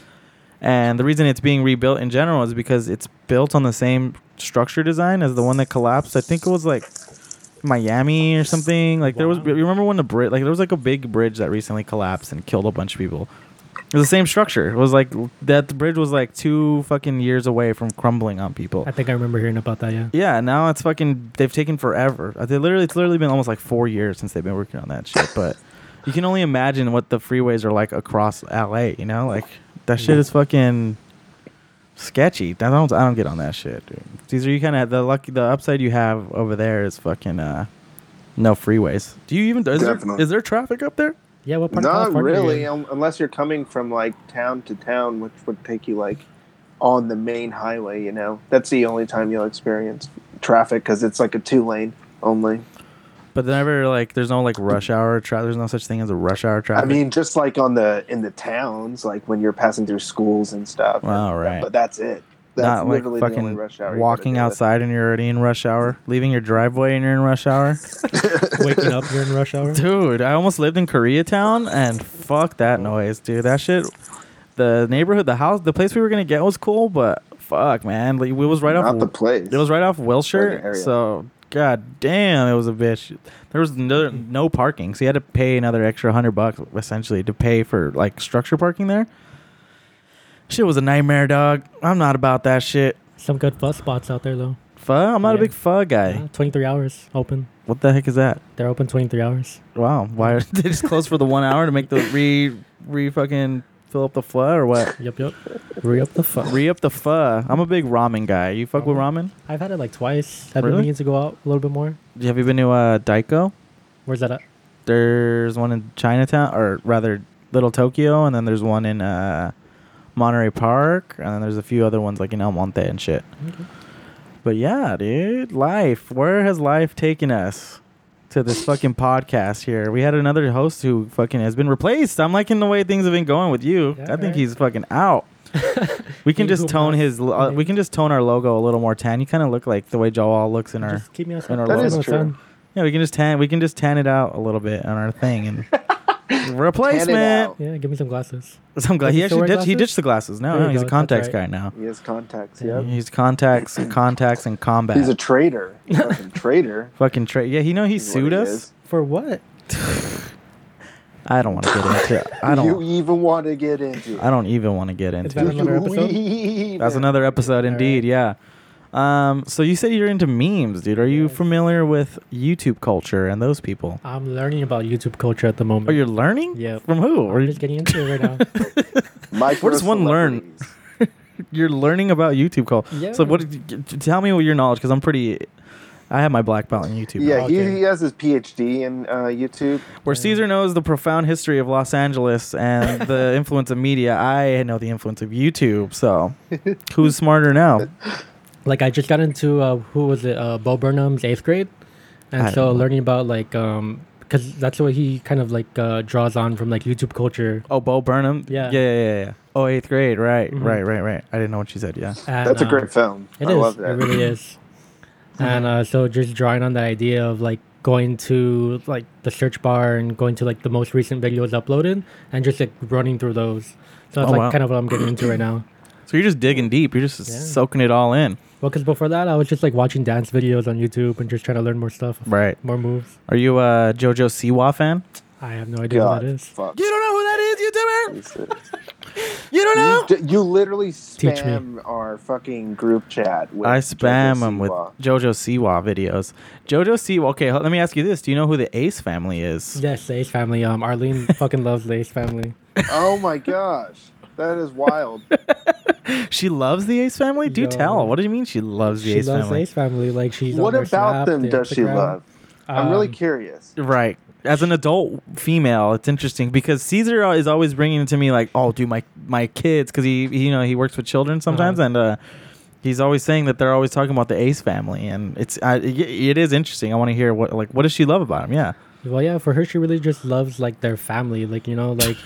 Speaker 1: And the reason it's being rebuilt in general is because it's built on the same structure design as the one that collapsed. I think it was like Miami or something. Like there was,
Speaker 3: Wow.
Speaker 1: you remember when the bridge, like there was like a big bridge that recently collapsed and killed a bunch of people. It was the same structure. It was like l- that the bridge was like two fucking years away from crumbling on people.
Speaker 3: I think I remember hearing about that. Yeah.
Speaker 1: Yeah, now it's fucking. They've taken forever. Uh, They literally, it's literally been almost like four years since they've been working on that shit. But you can only imagine what the freeways are like across LA. You know, like that shit is fucking sketchy. I don't, I don't get on that shit. Dude. These are you kind of the lucky. The upside you have over there is fucking uh, no freeways. Do you even? Is there,
Speaker 2: Definitely.
Speaker 1: is there traffic up there?
Speaker 3: Yeah. What part of
Speaker 2: Not
Speaker 3: California? are you
Speaker 2: really,
Speaker 3: in?
Speaker 2: um, unless you're coming from like town to town, which would take you like on the main highway. You know, that's the only time you'll experience traffic because it's like a two lane only.
Speaker 1: But never like there's no like rush hour traffic. There's no such thing as a rush hour
Speaker 2: I
Speaker 1: traffic.
Speaker 2: mean, just like on the in the towns, like when you're passing through schools and stuff.
Speaker 1: Wow,
Speaker 2: And-
Speaker 1: right.
Speaker 2: But that's it. That's
Speaker 1: not like
Speaker 2: literally the only
Speaker 1: fucking
Speaker 2: rush hour. you gotta
Speaker 1: walking
Speaker 2: do it.
Speaker 1: outside and you're already in rush hour, leaving your driveway and you're in rush
Speaker 2: [LAUGHS]
Speaker 1: hour.
Speaker 3: Waking up during
Speaker 1: [LAUGHS]
Speaker 3: rush hour.
Speaker 1: dude, I almost lived in Koreatown and fuck that noise, dude. That shit, the neighborhood, the house, the place we were gonna get was cool, but fuck, man, like, it was right
Speaker 2: Not
Speaker 1: off
Speaker 2: the place.
Speaker 1: it was right off
Speaker 2: Fucking
Speaker 1: Wilshire,
Speaker 2: area.
Speaker 1: so god damn, it was a bitch. There was no, no parking, so you had to pay another extra hundred bucks essentially to pay for like structure parking there. Shit was a nightmare, dog. I'm not about that shit.
Speaker 3: Some good bus spots out there though.
Speaker 1: Pho? I'm not a
Speaker 3: Yeah. Mm-hmm.
Speaker 1: big pho guy.
Speaker 3: Yeah, 23 hours open.
Speaker 1: What the heck is that?
Speaker 3: They're open 23 hours.
Speaker 1: [LAUGHS] Wow. Why they just closed for the one hour to make the re re fucking fill up the pho or what?
Speaker 3: Yep, yep. Re up the fuck.
Speaker 1: Re up the pho. I'm a big ramen guy. You fuck with ramen?
Speaker 3: I've had it like twice. I've
Speaker 1: Really?
Speaker 3: been meaning to go out a little bit more.
Speaker 1: Have you been to uh, Daiko? [LAUGHS]
Speaker 3: Where's that at?
Speaker 1: There's one in Chinatown, or rather, Little Tokyo, and then there's one in uh, Monterey Park, and then there's a few other ones like in El Monte and shit. But yeah, dude, life. Where has life taken us to this fucking podcast here? We had another host who fucking has been replaced. I'm liking the way things have been going with you.
Speaker 3: Yeah,
Speaker 1: I think
Speaker 3: right.
Speaker 1: he's fucking out. we can
Speaker 3: You
Speaker 1: just
Speaker 3: go
Speaker 1: tone
Speaker 3: past
Speaker 1: his. lo- Uh, we
Speaker 3: me.
Speaker 1: can just tone our logo a little more tan. You kind of look like the way Joel looks in our.
Speaker 3: Just keep me on
Speaker 1: in our
Speaker 2: That
Speaker 1: logo.
Speaker 2: is
Speaker 3: Sun.
Speaker 2: true.
Speaker 1: Yeah, we can just tan. We can just tan it out a little bit on our thing and
Speaker 2: out.
Speaker 3: [LAUGHS]
Speaker 1: replacement.
Speaker 3: Yeah, give me some glasses.
Speaker 1: [LAUGHS] I'm glad
Speaker 3: Does
Speaker 1: he
Speaker 3: he
Speaker 1: actually
Speaker 3: still wear
Speaker 1: ditched. He
Speaker 3: glasses?
Speaker 1: ditched the glasses. No,
Speaker 3: There
Speaker 1: no
Speaker 3: you
Speaker 1: he's
Speaker 3: go,
Speaker 1: a
Speaker 3: that's
Speaker 1: contacts
Speaker 3: right.
Speaker 1: guy now.
Speaker 2: He has contacts. Yeah.
Speaker 1: He's contacts, contacts, and combat.
Speaker 2: He's
Speaker 1: [LAUGHS]
Speaker 2: a traitor. Fucking traitor.
Speaker 1: fucking trade. Yeah, he know he
Speaker 2: is what
Speaker 1: sued
Speaker 2: he
Speaker 1: us.
Speaker 2: is.
Speaker 3: For what?
Speaker 1: I don't want to get into. it. I
Speaker 2: [LAUGHS] You
Speaker 1: don't.
Speaker 2: even want to get into?
Speaker 1: I don't even want to get
Speaker 3: Is
Speaker 1: into.
Speaker 3: that
Speaker 1: it.
Speaker 2: Do
Speaker 3: another
Speaker 2: you
Speaker 3: episode?
Speaker 2: even?
Speaker 1: That's another episode,
Speaker 3: All
Speaker 1: indeed. Yeah. Um. So you said you're into memes, dude. Are you
Speaker 3: Yes.
Speaker 1: familiar with YouTube culture and those people?
Speaker 3: I'm learning about YouTube culture at the moment.
Speaker 1: Are you learning?
Speaker 3: Yep.
Speaker 1: From who? Or
Speaker 3: I'm just getting into it right now.
Speaker 2: [LAUGHS] Micro
Speaker 1: What does one learn?
Speaker 2: celebrities.
Speaker 1: you're learning about YouTube call.
Speaker 3: Yeah.
Speaker 1: So what? did you- t- Tell me what your knowledge, because I'm pretty. I have my black belt in YouTube.
Speaker 2: Yeah, he,
Speaker 3: Okay.
Speaker 2: he has his PhD in uh, YouTube.
Speaker 1: Where Caesar knows the profound history of Los Angeles and [LAUGHS] the influence of media, I know the influence of YouTube. [LAUGHS] So, who's smarter [LAUGHS] now?
Speaker 3: like I just got into uh, who was it? Uh, Bo Burnham's eighth grade, and
Speaker 1: I
Speaker 3: so
Speaker 1: don't know.
Speaker 3: learning about like um because that's what he kind of like uh, draws on from like YouTube culture.
Speaker 1: Oh, Bo Burnham.
Speaker 3: Yeah.
Speaker 1: Yeah, yeah, yeah. yeah. Oh, eighth grade. Right,
Speaker 3: Mhm.
Speaker 1: right, right, right. I didn't know what you said. Yeah.
Speaker 3: And,
Speaker 2: That's a
Speaker 3: um,
Speaker 2: great film.
Speaker 3: It
Speaker 2: I
Speaker 3: is.
Speaker 2: love
Speaker 3: It
Speaker 2: that.
Speaker 3: really
Speaker 1: [LAUGHS]
Speaker 3: is.
Speaker 1: Uh-huh.
Speaker 3: And uh, so just drawing on the idea of like going to like the search bar and going to like the most recent videos uploaded and just like running through those. So that's
Speaker 1: Oh,
Speaker 3: like
Speaker 1: wow.
Speaker 3: kind of what I'm getting into
Speaker 1: [CLEARS THROAT]
Speaker 3: right now.
Speaker 1: So you're just digging deep. You're just
Speaker 3: Yeah.
Speaker 1: soaking it all in.
Speaker 3: Well, because before that, I was just like watching dance videos on YouTube and just trying to learn more stuff,
Speaker 1: Right.
Speaker 3: more moves.
Speaker 1: Are you a JoJo Siwa fan?
Speaker 3: I have no idea what that
Speaker 2: God,
Speaker 3: is.
Speaker 2: fuck.
Speaker 1: You don't know who that is, YouTuber.
Speaker 2: He's a-
Speaker 1: You don't
Speaker 2: You,
Speaker 1: know.
Speaker 2: d- you literally
Speaker 3: me.
Speaker 2: spam our fucking group chat. With
Speaker 1: I spam
Speaker 2: JoJo
Speaker 1: them with
Speaker 2: Siwa.
Speaker 1: JoJo Siwa videos. JoJo Siwa. Okay, let me ask you this: Do you know who the Ace family is?
Speaker 3: Yes, the Ace family. Um, Arlene fucking loves the Ace family.
Speaker 2: Oh my gosh, that is
Speaker 3: [LAUGHS]
Speaker 2: wild.
Speaker 1: She loves the Ace family. Do
Speaker 3: Yo.
Speaker 1: tell. What do you mean she loves [LAUGHS] the
Speaker 3: she
Speaker 1: Ace
Speaker 3: loves
Speaker 1: family?
Speaker 3: the Ace family. Like she's. on
Speaker 2: what
Speaker 3: their
Speaker 2: about
Speaker 3: Snap,
Speaker 2: them
Speaker 3: their
Speaker 2: does she
Speaker 3: Instagram.
Speaker 2: love? I'm really
Speaker 3: Um,
Speaker 2: curious.
Speaker 1: Right. As an adult female, it's interesting because Caesar is always bringing it to me like, "Oh, dude, my my kids," because he, he, you know he works with children sometimes,
Speaker 3: Uh-huh.
Speaker 1: and uh, he's always saying that they're always talking about the Ace family, and it's I, it, it is interesting. I want to hear what like what does she love about him? Yeah,
Speaker 3: Well, yeah, for her, she really just loves like their family, like you
Speaker 1: [LAUGHS]
Speaker 3: know, like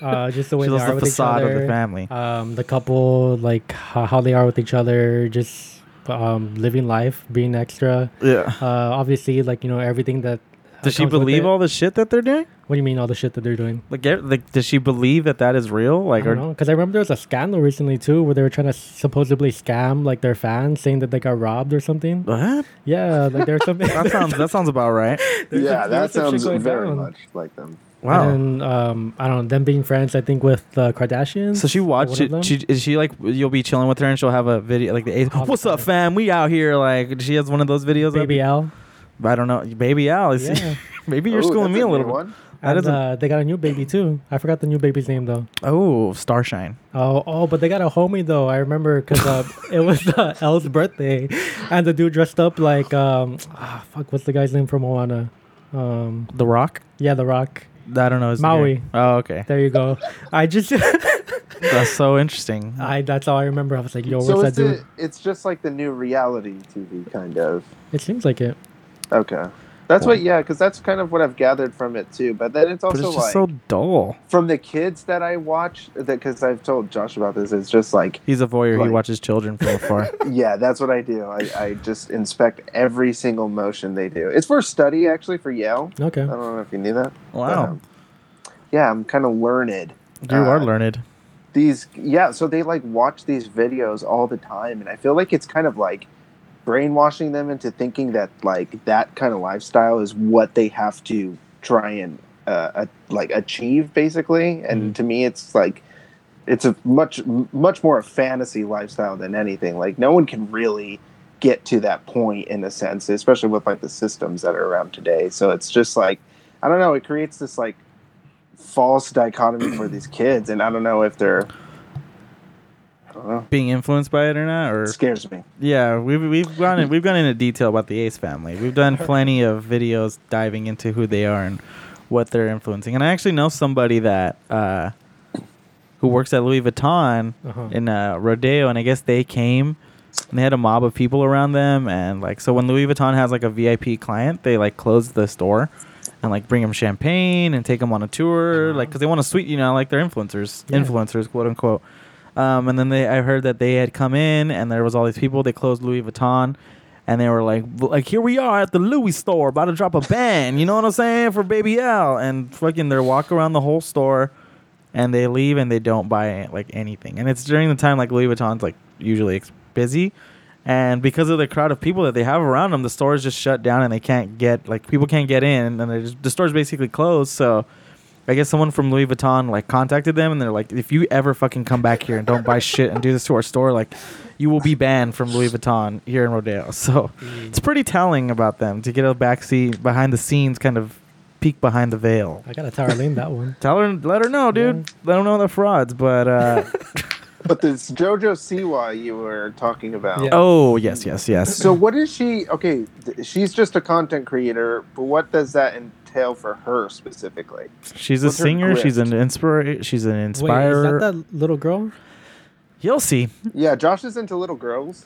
Speaker 3: uh, just the way
Speaker 1: she
Speaker 3: they
Speaker 1: loves
Speaker 3: are
Speaker 1: the
Speaker 3: with each
Speaker 1: facade of
Speaker 3: other,
Speaker 1: the family.
Speaker 3: um, the couple, like ho- how they are with each other, just um, living life, being extra.
Speaker 1: yeah.
Speaker 3: Uh, obviously, like you know, everything that. uh,
Speaker 1: Does she
Speaker 3: comes with
Speaker 1: believe
Speaker 3: it.
Speaker 1: all the shit that they're doing?
Speaker 3: What do you mean, all the shit that they're doing?
Speaker 1: Like, e- like does she believe that that is real? Like,
Speaker 3: I don't
Speaker 1: or
Speaker 3: know, because I remember there was a scandal recently too, where they were trying to supposedly scam like their fans, saying that they got robbed or something.
Speaker 1: what?
Speaker 3: Yeah, like there's something.
Speaker 1: [LAUGHS] That sounds that sounds about right.
Speaker 3: [LAUGHS] there's
Speaker 2: yeah,
Speaker 3: some-
Speaker 2: that
Speaker 3: there's some shit
Speaker 2: sounds
Speaker 3: going
Speaker 2: very
Speaker 3: down.
Speaker 2: much like them.
Speaker 1: Wow.
Speaker 3: And um, I don't know them being friends. I think with the Kardashians.
Speaker 1: So she
Speaker 3: or
Speaker 1: watched
Speaker 3: one of them.
Speaker 1: it. She is she like you'll be chilling with her and she'll have a video like the eighth.
Speaker 3: All the
Speaker 1: What's up, fam?
Speaker 3: time.
Speaker 1: We out here like she has one of those videos. that'd
Speaker 3: Baby L.
Speaker 1: be- I don't know, baby Al. is-
Speaker 3: Yeah.
Speaker 1: [LAUGHS] maybe you're
Speaker 2: Ooh,
Speaker 1: schooling
Speaker 2: that's
Speaker 1: me a
Speaker 2: new
Speaker 1: little bit.
Speaker 2: One.
Speaker 1: That
Speaker 3: and,
Speaker 1: doesn't.
Speaker 3: uh, they got a new baby too. I forgot the new baby's name though.
Speaker 1: oh, Starshine.
Speaker 3: Oh, oh, but they got a homie though. I remember because
Speaker 1: [LAUGHS]
Speaker 3: uh, it was uh, Elle's birthday, and the dude dressed up like um, ah, fuck, what's the guy's name from Moana? Um,
Speaker 1: The Rock.
Speaker 3: yeah, The Rock.
Speaker 1: I don't know. his
Speaker 3: Maui.
Speaker 1: name. Oh, okay.
Speaker 3: There you go. I just, [LAUGHS]
Speaker 1: That's so interesting.
Speaker 3: I that's all I remember. I was like, yo, what's
Speaker 2: So
Speaker 3: that
Speaker 2: it's
Speaker 3: dude?
Speaker 2: the, it's just like the new reality TV kind of.
Speaker 3: It seems like it.
Speaker 2: Okay, that's what. Yeah, because that's kind of what I've gathered from it too. But then it's
Speaker 1: But
Speaker 2: also
Speaker 1: it's just
Speaker 2: like
Speaker 1: so dull.
Speaker 2: from the kids that I watch. Because I've told Josh about this. It's just like
Speaker 1: He's a voyeur. he
Speaker 2: like-
Speaker 1: watches children from
Speaker 2: [LAUGHS]
Speaker 1: afar.
Speaker 2: Yeah, that's what I do. I, I just inspect every single motion they do. It's for study, actually, for Yale.
Speaker 3: Okay.
Speaker 2: I
Speaker 5: Oh.
Speaker 2: don't know if you knew that. but,
Speaker 1: Wow.
Speaker 2: um, yeah, I'm kind of learned.
Speaker 1: You are
Speaker 2: uh,
Speaker 1: learned.
Speaker 2: These, yeah, so they like watch these videos all the time, and I feel like it's kind of like brainwashing them into thinking that like that kind of lifestyle is what they have to try and uh, uh, like achieve, basically. And to me, it's like it's a much much more a fantasy lifestyle than anything. Like no one can really get to that point in a sense, especially with like the systems that are around today. So it's just like I don't know, it creates this like false dichotomy for these kids, and I don't know if they're. I don't know.
Speaker 1: being influenced by it or not,
Speaker 2: It
Speaker 1: or
Speaker 2: scares me.
Speaker 1: yeah, we've we've gone in, we've gone into detail about the Ace family. We've done plenty of videos diving into who they are and what they're influencing. And I actually know somebody that uh, who works at Louis Vuitton
Speaker 3: Uh-huh.
Speaker 1: in uh, Rodeo, and I guess they came and they had a mob of people around them, and like so when Louis Vuitton has like a VIP client, they like close the store. And like bring them champagne and take them on a tour, like because they want to sweet, you know, like they're influencers,
Speaker 3: Yeah.
Speaker 1: influencers, quote unquote. Um, and then they, I heard that they had come in, and there was all these people. They closed Louis Vuitton, and they were like, like here we are at the Louis store, about to drop a ban. You know what I'm saying for Baby L, and fucking they walk around the whole store, and they leave and they don't buy like anything. And it's during the time like Louis Vuitton's like usually ex- busy, and because of the crowd of people that they have around them, the store is just shut down and they can't get like people can't get in, and they're just, the store's basically closed. So. I guess someone from Louis Vuitton like contacted them and they're like, if you ever fucking come back here and don't buy shit and do this to our store, like you will be banned from Louis Vuitton here in Rodeo. [LAUGHS] So it's pretty telling about them to get a backseat behind the scenes kind of peek behind the veil.
Speaker 3: I gotta tell Arlene that one.
Speaker 1: Tell her let her know, dude. Let her know the frauds, but uh
Speaker 2: But this JoJo Siwa you were talking about.
Speaker 3: Yeah.
Speaker 1: Oh yes, yes, yes.
Speaker 2: So what is she? Okay, th- she's just a content creator, but what does that entail for her specifically?
Speaker 1: she's a
Speaker 2: what's her
Speaker 1: singer, she's
Speaker 2: grift?
Speaker 1: an inspira she's an
Speaker 3: Wait, is
Speaker 1: inspirer.
Speaker 3: that that little girl?
Speaker 1: You'll see.
Speaker 2: Yeah, Josh is into little girls.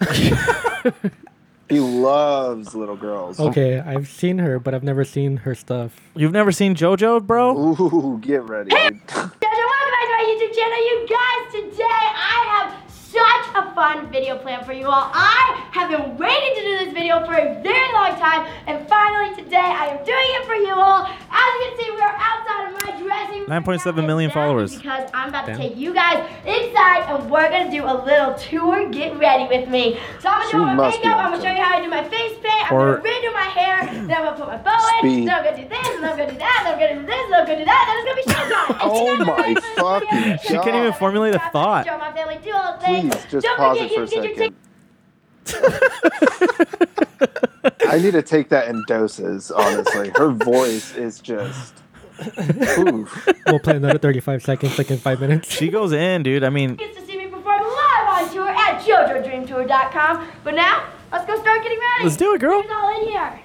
Speaker 2: he loves little girls.
Speaker 1: Oh.
Speaker 3: Okay, I've seen her, but I've never seen her stuff.
Speaker 1: You've never seen JoJo, bro? [LAUGHS]
Speaker 2: Ooh, get ready.
Speaker 5: Children, welcome back to my YouTube channel. You guys, today I have such a fun video planned for you all. I have been waiting to do this video for a very long time, and finally today I am doing it for you all. As you can see, we are outside of my dressing
Speaker 1: 9.7
Speaker 5: room. now,
Speaker 1: million
Speaker 5: and that
Speaker 1: followers.
Speaker 5: is Because I'm about to take you guys inside, and we're gonna do a little tour. Get ready with me. So
Speaker 2: She
Speaker 5: I'm gonna do all my
Speaker 2: must be
Speaker 5: makeup. I'm gonna
Speaker 2: awesome.
Speaker 5: show you how I do my face paint. I'm
Speaker 1: Or-
Speaker 5: gonna redo my hair. Then I'm gonna put my bow in.
Speaker 2: Speed.
Speaker 5: Then I'm gonna do this. Then I'm gonna do that. Then I'm gonna do this. Then I'm gonna do that. Then it's gonna be showtime. And
Speaker 2: Oh
Speaker 5: tonight,
Speaker 2: my
Speaker 5: I'm gonna
Speaker 2: fucking
Speaker 5: be on
Speaker 2: She can't
Speaker 5: show.
Speaker 1: even formulate a thought.
Speaker 5: Show my family, do all the things.
Speaker 2: Please just
Speaker 5: Don't
Speaker 2: pause
Speaker 5: forget
Speaker 2: it for
Speaker 5: you
Speaker 2: a
Speaker 5: to get your
Speaker 2: second. I need to take that in doses, honestly. Her voice is just. Oof.
Speaker 3: We'll play another 35 seconds, like in five minutes.
Speaker 1: She goes in, dude. I mean
Speaker 5: tickets to see me perform live on tour at JoJoDreamTour.com. But now, let's go start getting ready.
Speaker 1: Let's do it, girl.
Speaker 5: Who's all in here?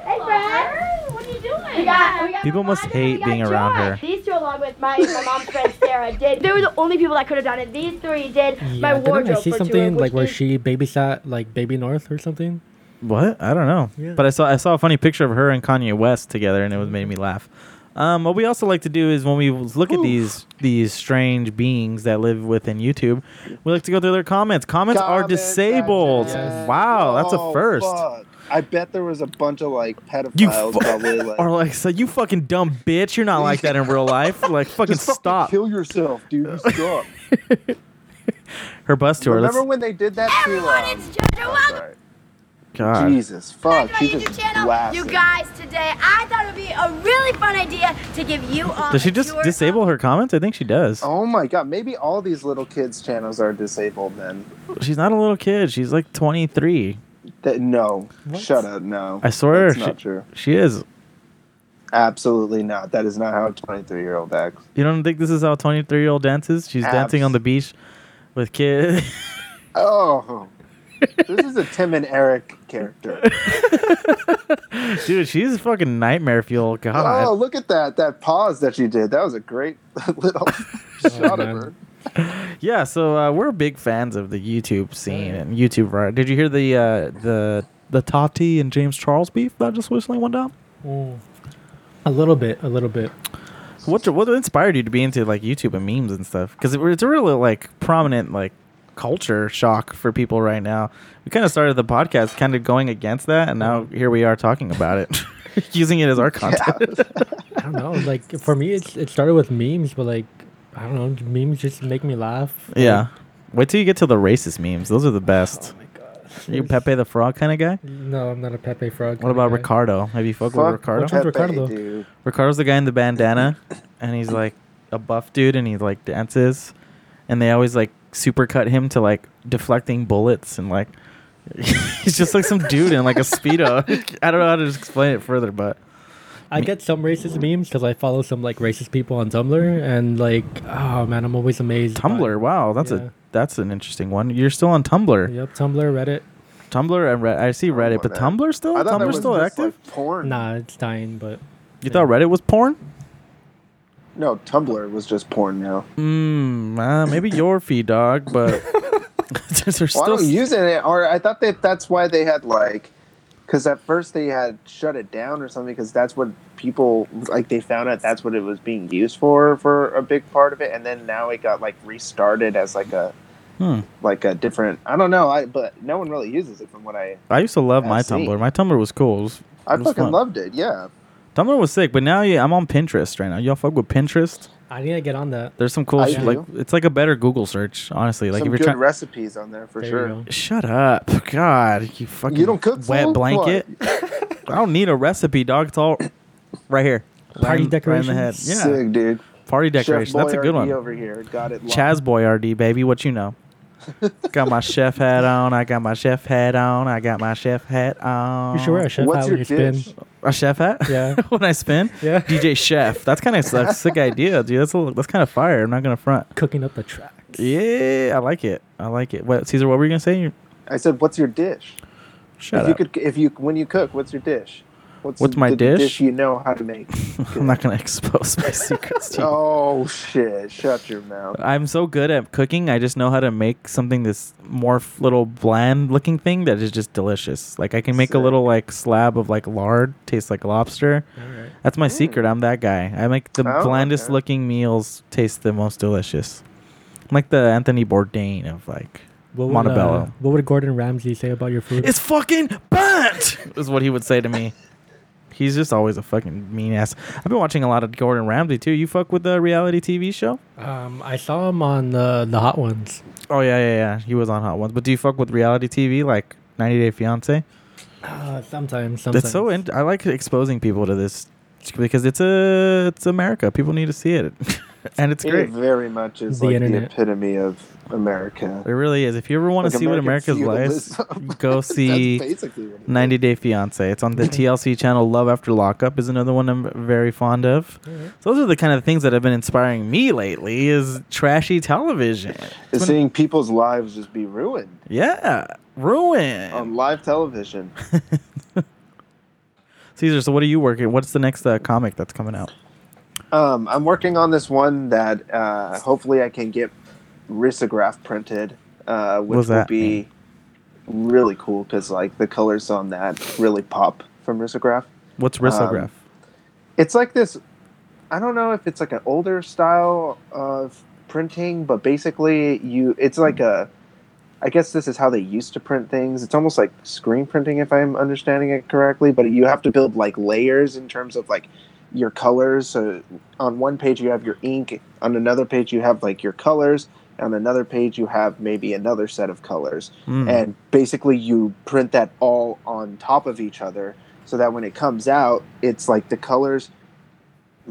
Speaker 5: Hey, friend. What are you doing? We got, we got
Speaker 1: People must
Speaker 5: Amanda and we
Speaker 1: hate
Speaker 5: got
Speaker 1: being around
Speaker 5: Joy.
Speaker 1: her.
Speaker 5: These two, along with my, my mom's friend Sarah, did. They were the only people that could have done it. These three did
Speaker 3: [LAUGHS]
Speaker 5: my
Speaker 3: Yeah,
Speaker 5: wardrobe
Speaker 3: didn't I see
Speaker 5: for
Speaker 3: something
Speaker 5: tour,
Speaker 3: like where
Speaker 5: which is
Speaker 3: she babysat like Baby North or something?
Speaker 1: What? I don't know.
Speaker 3: Yeah.
Speaker 1: But I saw I saw a funny picture of her and Kanye West together, and it was made me laugh. Um, what we also like to do is when we look at these these strange beings that live within YouTube, we like to go through their comments. Comments, are
Speaker 2: Comment
Speaker 1: disabled.
Speaker 2: section.
Speaker 1: Wow, that's a
Speaker 2: Oh,
Speaker 1: first.
Speaker 2: fuck. I bet there was a bunch of like pedophiles
Speaker 1: You fu- [LAUGHS]
Speaker 2: probably like.
Speaker 1: Or like, so you fucking dumb bitch. You're
Speaker 2: [LAUGHS]
Speaker 1: not like that in real life. Like, fucking
Speaker 2: just fucking
Speaker 1: stop.
Speaker 2: Kill yourself, dude. You suck.
Speaker 1: Her bus [LAUGHS] tour. Let's,
Speaker 2: Remember when they did that to
Speaker 5: Everyone,
Speaker 2: um,
Speaker 5: it's JoJo. Welcome
Speaker 2: sorry.
Speaker 1: God.
Speaker 2: Jesus, fuck.
Speaker 5: Back to
Speaker 2: She
Speaker 5: my YouTube
Speaker 2: just
Speaker 5: channel.
Speaker 2: blasted.
Speaker 5: You guys, today I thought it would be a really fun idea to give you all. uh,
Speaker 1: Does she
Speaker 5: a
Speaker 1: just
Speaker 5: tour
Speaker 1: disable
Speaker 5: of-
Speaker 1: her comments? I think she does.
Speaker 2: Oh my god, maybe all these little kids' channels are disabled then.
Speaker 1: She's not a little kid. She's like 23.
Speaker 2: That, no,
Speaker 3: What?
Speaker 2: shut up, no.
Speaker 1: I swear
Speaker 2: That's
Speaker 1: she-
Speaker 2: not true.
Speaker 1: She is.
Speaker 2: Absolutely not. That is not how a 23 year old acts.
Speaker 1: You don't think this is how 23 year old dances? She's dancing on
Speaker 2: Abs.
Speaker 1: the beach with kids. [LAUGHS]
Speaker 2: Oh, this is a Tim and Eric character.
Speaker 1: Dude, she's a fucking nightmare fuel. God.
Speaker 2: Oh, look at that. That pause that she did. That was a great [LAUGHS] little shot of
Speaker 3: man.
Speaker 2: her.
Speaker 1: Yeah, so uh, we're big fans of the YouTube scene and YouTube art. Did you hear the uh, the the Tati and James Charles beef that just recently went down?
Speaker 5: Mm.
Speaker 3: A little bit, a little bit.
Speaker 1: What what inspired you to be into like YouTube and memes and stuff? Because it, it's a really like prominent like culture shock for people right now. We kind of started the podcast kind of going against that, and now here we are talking about it, [LAUGHS] using it as our content. [LAUGHS]
Speaker 3: I don't know.
Speaker 5: [LAUGHS]
Speaker 3: Like for me, it's it started with memes, but like I don't know, memes just make me laugh.
Speaker 1: yeah. Wait till you get to the racist memes. Those are the best.
Speaker 3: Oh my god.
Speaker 1: Are you Pepe the Frog kind of guy?
Speaker 3: No, I'm not a Pepe Frog.
Speaker 1: What about
Speaker 3: kinda guy.
Speaker 1: Ricardo? Have you fucked with
Speaker 2: Fuck
Speaker 1: Ricardo?
Speaker 3: Which one's Ricardo?
Speaker 2: dude.
Speaker 1: Ricardo's the guy in the bandana, and he's like a buff dude, and he like dances, and they always like supercut him to like deflecting bullets, and like [LAUGHS] [LAUGHS] he's just like some dude in like a speedo. I don't know how to just explain it further, but
Speaker 3: I get some racist memes because I follow some like racist people on Tumblr, and like, oh man, I'm always amazed. by-
Speaker 1: Tumblr. Wow, that's
Speaker 3: Yeah.
Speaker 1: a that's an interesting one. You're still on Tumblr.
Speaker 3: Yep, Tumblr, Reddit.
Speaker 1: Tumblr and Red- I see Reddit, but
Speaker 2: man.
Speaker 1: Tumblr still
Speaker 2: I thought that
Speaker 1: Tumblr
Speaker 2: was
Speaker 1: Oh, still
Speaker 2: just,
Speaker 1: active.
Speaker 2: Like porn.
Speaker 3: Nah, it's dying, but
Speaker 1: you thought Reddit was porn?
Speaker 2: No, Tumblr was just porn now.
Speaker 1: Mm, [LAUGHS] uh, maybe your feed, dog, [LAUGHS] but there's
Speaker 2: Well, I
Speaker 1: still
Speaker 2: don't use it. Or I thought that that's why they had like, because at first they had shut it down or something. Because that's what people like. They found out that's what it was being used for for a big part of it, and then now it got like restarted as like a
Speaker 1: Hmm.
Speaker 2: like a different. I don't know. I but no one really uses it from what I.
Speaker 1: I used to love my
Speaker 2: I see.
Speaker 1: Tumblr. My Tumblr was cool. It was-
Speaker 2: I
Speaker 1: it was
Speaker 2: fucking
Speaker 1: fun.
Speaker 2: loved it. Yeah.
Speaker 1: Tumblr was sick, but now yeah, I'm on Pinterest right now. Y'all fuck with Pinterest?
Speaker 3: I need to get on that.
Speaker 1: There's some cool
Speaker 2: I
Speaker 1: shit. Like
Speaker 2: do.
Speaker 1: it's like a better Google search, honestly. Like
Speaker 2: Some
Speaker 1: if
Speaker 2: good
Speaker 1: you're trying.
Speaker 2: recipes on there for
Speaker 3: There
Speaker 2: sure.
Speaker 3: you go.
Speaker 1: Shut up, God! You fucking
Speaker 2: You don't cook
Speaker 1: wet
Speaker 2: fool?
Speaker 1: blanket.
Speaker 2: [LAUGHS]
Speaker 1: I don't need a recipe, dog. It's all right here.
Speaker 3: [COUGHS] Party
Speaker 1: Right in- right in the head.
Speaker 3: decorations?
Speaker 1: Yeah,
Speaker 2: Sick, dude.
Speaker 1: party decoration.
Speaker 2: Chef
Speaker 1: That's a good
Speaker 2: Boyardee
Speaker 1: one.
Speaker 2: over here. Got it. locked.
Speaker 1: Chaz Boyardee, baby, what you
Speaker 2: [LAUGHS]
Speaker 1: know? got my chef hat on. I got my chef hat on. I got my chef hat on.
Speaker 3: You should
Speaker 1: Uh,
Speaker 3: wear a chef
Speaker 2: What's
Speaker 3: hat when
Speaker 2: your
Speaker 3: you spin.
Speaker 2: dish?
Speaker 1: a chef hat?
Speaker 3: Yeah.
Speaker 1: [LAUGHS] when I spin,
Speaker 3: Yeah.
Speaker 1: DJ Chef. That's kind of
Speaker 3: [LAUGHS]
Speaker 1: a sick idea, dude. That's a, that's kind of fire. I'm not gonna front.
Speaker 3: Cooking up the tracks.
Speaker 1: Yeah, I like it. I like it. What Caesar? What were you gonna say? You-
Speaker 2: I said, "What's your dish?"
Speaker 1: Shut
Speaker 2: if
Speaker 1: up.
Speaker 2: you could, if you when you cook, what's your dish?
Speaker 1: What's
Speaker 2: the-
Speaker 1: my
Speaker 2: the
Speaker 1: dish?
Speaker 2: you know how to
Speaker 1: [LAUGHS]
Speaker 2: make.
Speaker 1: [LAUGHS] I'm not gonna expose my [LAUGHS] secrets
Speaker 2: [LAUGHS]
Speaker 1: to you.
Speaker 2: oh shit! Shut your mouth.
Speaker 1: I'm so good at cooking. I just know how to make something this more f- little bland looking thing that is just delicious. Like I can make a
Speaker 2: Sick.
Speaker 1: little like slab of like lard taste like lobster.
Speaker 3: All right.
Speaker 1: That's my secret. I'm that guy. I make the
Speaker 2: Oh,
Speaker 1: blandest
Speaker 2: okay.
Speaker 1: looking meals taste the most delicious. I'm like the Anthony Bourdain of like
Speaker 3: What would,
Speaker 1: Montebello.
Speaker 3: uh, what would Gordon Ramsay say about your food?
Speaker 1: It's fucking burnt [LAUGHS] is what he would say to me. [LAUGHS] He's just always a fucking mean ass. I've been watching a lot of Gordon Ramsay too. You fuck with the reality TV show?
Speaker 3: um, I saw him on the the Hot Ones.
Speaker 1: Oh yeah, yeah, yeah. He was on Hot Ones. But do you fuck with reality TV like 90 Day Fiance?
Speaker 3: Uh, sometimes, sometimes.
Speaker 1: That's so. In- I like exposing people to this because it's a it's America. People need to see it, [LAUGHS] and it's
Speaker 2: It
Speaker 1: great.
Speaker 2: very much is
Speaker 3: The
Speaker 2: like the
Speaker 3: internet.
Speaker 2: epitome of America.
Speaker 1: It really is. If you ever want to
Speaker 2: Like
Speaker 1: see what
Speaker 2: American
Speaker 1: America's
Speaker 2: feudalism.
Speaker 1: like, [LAUGHS] go
Speaker 2: [LAUGHS] That's
Speaker 1: see
Speaker 2: basically what it is.
Speaker 1: 90 Day Fiance. It's on
Speaker 2: [LAUGHS]
Speaker 1: the TLC channel. Love After Lockup is another one I'm very fond of. So those are the kind of things that have been inspiring me lately. Is trashy television.
Speaker 2: Is seeing people's lives just be ruined
Speaker 1: Yeah, ruin.
Speaker 2: on live television.
Speaker 1: Caesar, so what are you working? What's the next uh, comic that's coming out?
Speaker 2: Um, I'm working on this one that uh, hopefully I can get risograph printed, uh, which
Speaker 1: What's
Speaker 2: will
Speaker 1: that
Speaker 2: be really cool because like the colors on that really pop from risograph.
Speaker 1: What's
Speaker 2: Um,
Speaker 1: Risograph?
Speaker 2: It's like this. I don't know if it's like an older style of printing, but basically you, it's like a. I guess this is how they used to print things. It's almost like screen printing, if I'm understanding it correctly. But you have to build like layers in terms of like your colors. So on one page you have your ink, on another page you have like your colors, on another page you have maybe another set of colors
Speaker 1: Mm.
Speaker 2: and basically you print that all on top of each other so that when it comes out it's like the colors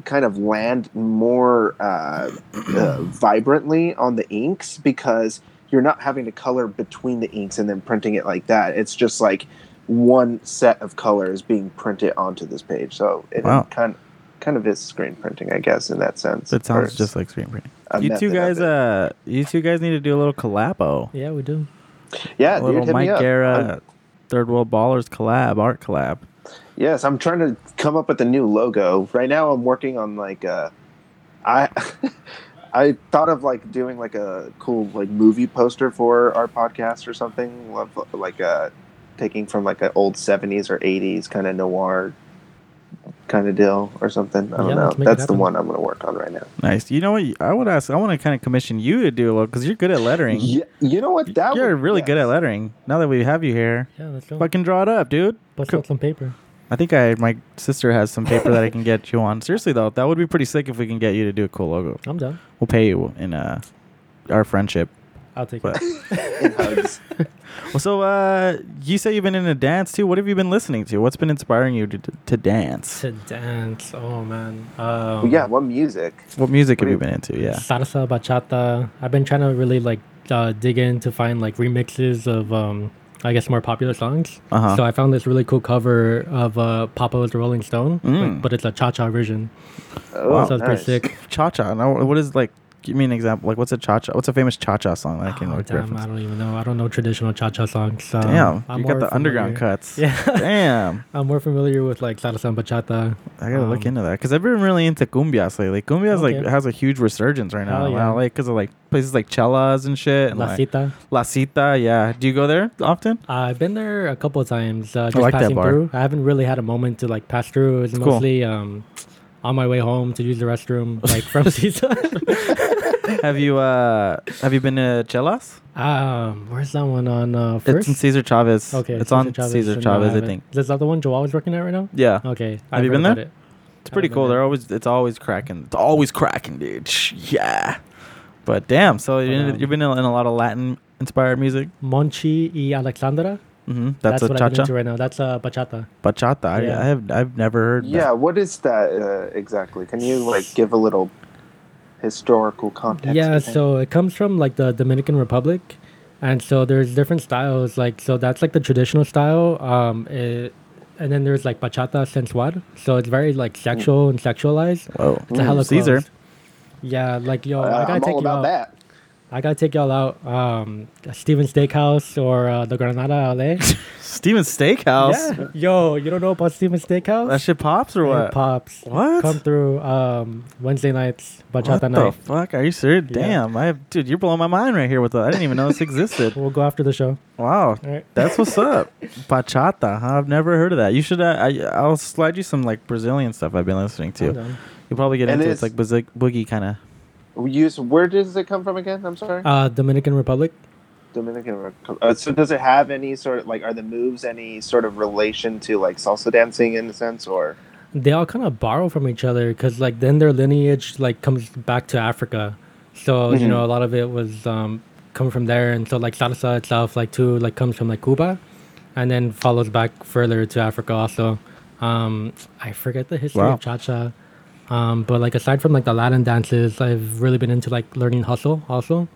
Speaker 2: kind of land more uh,
Speaker 1: [CLEARS THROAT]
Speaker 2: uh, vibrantly on the inks because you're not having to color between the inks and then printing it like that it's just like one set of colors being printed onto this page so it
Speaker 1: Wow.
Speaker 2: kind kind of is screen printing i guess in that sense
Speaker 1: That sounds
Speaker 2: Or
Speaker 1: just like screen printing.
Speaker 2: a
Speaker 1: You two
Speaker 2: method of
Speaker 1: guys,
Speaker 2: it.
Speaker 1: uh, you two guys need to do a little collabo.
Speaker 3: Yeah, we do.
Speaker 2: yeah
Speaker 1: a little
Speaker 2: dude, hit me
Speaker 1: Mike
Speaker 2: up. I'm-
Speaker 1: Guerra, Third World Ballers collab, art collab.
Speaker 2: Yes, I'm trying to come up with a new logo. Right now, I'm working on like uh, I [LAUGHS] I thought of like doing like a cool like movie poster for our podcast or something. Love like uh, taking from like an old '70s or '80s kind of noir kind of deal or something. I don't
Speaker 3: Yeah,
Speaker 2: know.
Speaker 3: let's make it
Speaker 2: That's the
Speaker 3: happen.
Speaker 2: one I'm gonna work on right now.
Speaker 1: Nice. You know what? I would ask. I want to kind of commission you to do a little because you're good at lettering.
Speaker 2: Yeah, you know what? That
Speaker 1: you're
Speaker 2: would-
Speaker 1: really good
Speaker 2: yes.
Speaker 1: at lettering. Now that we have you here,
Speaker 3: Yeah, let's go.
Speaker 1: fucking draw it up, dude.
Speaker 3: Bust
Speaker 1: cool.
Speaker 3: out some paper.
Speaker 1: I think I my sister has some paper that I can get you on. Seriously though, that would be pretty sick if we can get you to do a cool logo.
Speaker 3: I'm done.
Speaker 1: We'll pay you in uh, our friendship.
Speaker 3: I'll take
Speaker 1: But
Speaker 2: [LAUGHS]
Speaker 3: it.
Speaker 2: Hugs.
Speaker 1: well, so uh, you say you've been in a dance too. What have you been listening to? What's been inspiring you to, to dance?
Speaker 3: To dance. Oh man. Um,
Speaker 2: yeah, what music?
Speaker 1: What music have you been into? Yeah.
Speaker 3: salsa bachata i've been trying to really like uh, dig in to find like remixes of um I guess more popular songs.
Speaker 1: Uh-huh.
Speaker 3: So I found this really cool cover of uh, Papa's Rolling Stone, like,
Speaker 1: Mm.
Speaker 3: but it's a cha cha version.
Speaker 2: Oh,
Speaker 3: so it's pretty sick.
Speaker 1: Cha cha. Now, what is like? Give me an example. Like, what's a cha cha? What's a famous cha cha song that I can
Speaker 3: Oh,
Speaker 1: like,
Speaker 3: damn,
Speaker 1: reference?
Speaker 3: I don't even know. I don't know traditional cha cha songs. So
Speaker 1: Damn, you got
Speaker 3: Um, more
Speaker 1: the underground
Speaker 3: familiar-
Speaker 1: cuts.
Speaker 3: Yeah,
Speaker 1: [LAUGHS] Damn,
Speaker 3: I'm more familiar with like salsa and bachata.
Speaker 1: I gotta look
Speaker 3: Um,
Speaker 1: into that because I've been really into cumbias lately. Cumbias like
Speaker 3: Okay.
Speaker 1: has a huge resurgence right now
Speaker 3: Hell
Speaker 1: in
Speaker 3: yeah.
Speaker 1: LA because of like places like Chelas and shit. And,
Speaker 3: La
Speaker 1: like,
Speaker 3: Cita.
Speaker 1: La Cita, yeah. Do you go there often?
Speaker 3: Uh, I've been there a couple of times, uh, just
Speaker 1: like that
Speaker 3: passing
Speaker 1: bar.
Speaker 3: through. I haven't really had a moment to like pass through. It's
Speaker 1: It's cool.
Speaker 3: mostly um, on my way home to use the restroom, like from
Speaker 1: [LAUGHS]
Speaker 3: Cisa.
Speaker 1: have you uh have you been to Chelas?
Speaker 3: um, where's that one on uh,
Speaker 1: It's
Speaker 3: first?
Speaker 1: in Cesar Chavez.
Speaker 3: okay,
Speaker 1: it's on Cesar
Speaker 3: so no,
Speaker 1: Chavez, I
Speaker 3: haven't.
Speaker 1: think.
Speaker 3: Is that the one Joao is working at right now?
Speaker 1: Yeah,
Speaker 3: Okay,
Speaker 1: Have you been
Speaker 3: I've heard
Speaker 1: there?
Speaker 3: about
Speaker 1: it's pretty
Speaker 3: haven't been
Speaker 1: cool.
Speaker 3: there.
Speaker 1: They're always it's always cracking. It's always cracking, dude. Sh- Yeah, but damn. So you
Speaker 3: um,
Speaker 1: you've been in, in a lot of Latin inspired music.
Speaker 3: it. Monchi y Alexandra.
Speaker 1: hmm That's,
Speaker 3: what
Speaker 1: a cha
Speaker 3: I'm
Speaker 1: cha
Speaker 3: into right now. That's uh, bachata.
Speaker 1: bachata. I-
Speaker 3: Yeah.
Speaker 1: I have I've never heard. that.
Speaker 2: Yeah, what is that uh, exactly? Can you like give a little historical context?
Speaker 3: yeah
Speaker 2: to that?
Speaker 3: so it comes from like the dominican republic and so there's different styles like so that's like the traditional style um it, and then there's like bachata sensual so it's very like sexual and sexualized
Speaker 1: Whoa.
Speaker 3: it's a hella
Speaker 1: Caesar.
Speaker 3: closed. yeah like yo
Speaker 2: Uh,
Speaker 3: i gotta
Speaker 2: I'm
Speaker 3: take
Speaker 2: all
Speaker 3: you
Speaker 2: about
Speaker 3: out
Speaker 2: that.
Speaker 3: i gotta take y'all out um steven steakhouse or uh, the granada la
Speaker 1: [LAUGHS] Steven Steakhouse.
Speaker 3: yeah yo you don't know about steven steakhouse
Speaker 1: That shit pops or what?
Speaker 3: It pops
Speaker 1: What?
Speaker 3: come through um wednesday nights
Speaker 1: What
Speaker 3: bachata
Speaker 1: the
Speaker 3: night
Speaker 1: fuck? Are you serious?
Speaker 3: Yeah.
Speaker 1: Damn, I have, dude, you're blowing my mind right here with that. I didn't even know this
Speaker 3: [LAUGHS]
Speaker 1: existed.
Speaker 3: we'll go after the show
Speaker 1: Wow,
Speaker 3: all right
Speaker 1: that's what's up. Bachata, huh? I've never heard of that. You should. Uh, I I'll slide you some like Brazilian stuff I've been listening
Speaker 3: I'm
Speaker 1: to.
Speaker 3: done.
Speaker 1: You'll probably get
Speaker 2: And
Speaker 1: into it.
Speaker 2: it's-
Speaker 1: It's like boogie, boogie kind of.
Speaker 2: You s- where does it come from again? I'm sorry.
Speaker 3: Uh, Dominican Republic.
Speaker 2: Dominican Republic. Uh, so does it have any sort of like are the moves any sort of relation to like salsa dancing in a sense or
Speaker 3: They all kind of borrow from each other because, like, then their lineage like comes back to Africa. So you know, a lot of it was um, come from there, and so like salsa itself, like too, like comes from like Cuba, and then follows back further to Africa. Also, um, I forget the history
Speaker 1: Wow.
Speaker 3: of cha cha, um, but like aside from like the Latin dances, I've really been into like learning hustle also.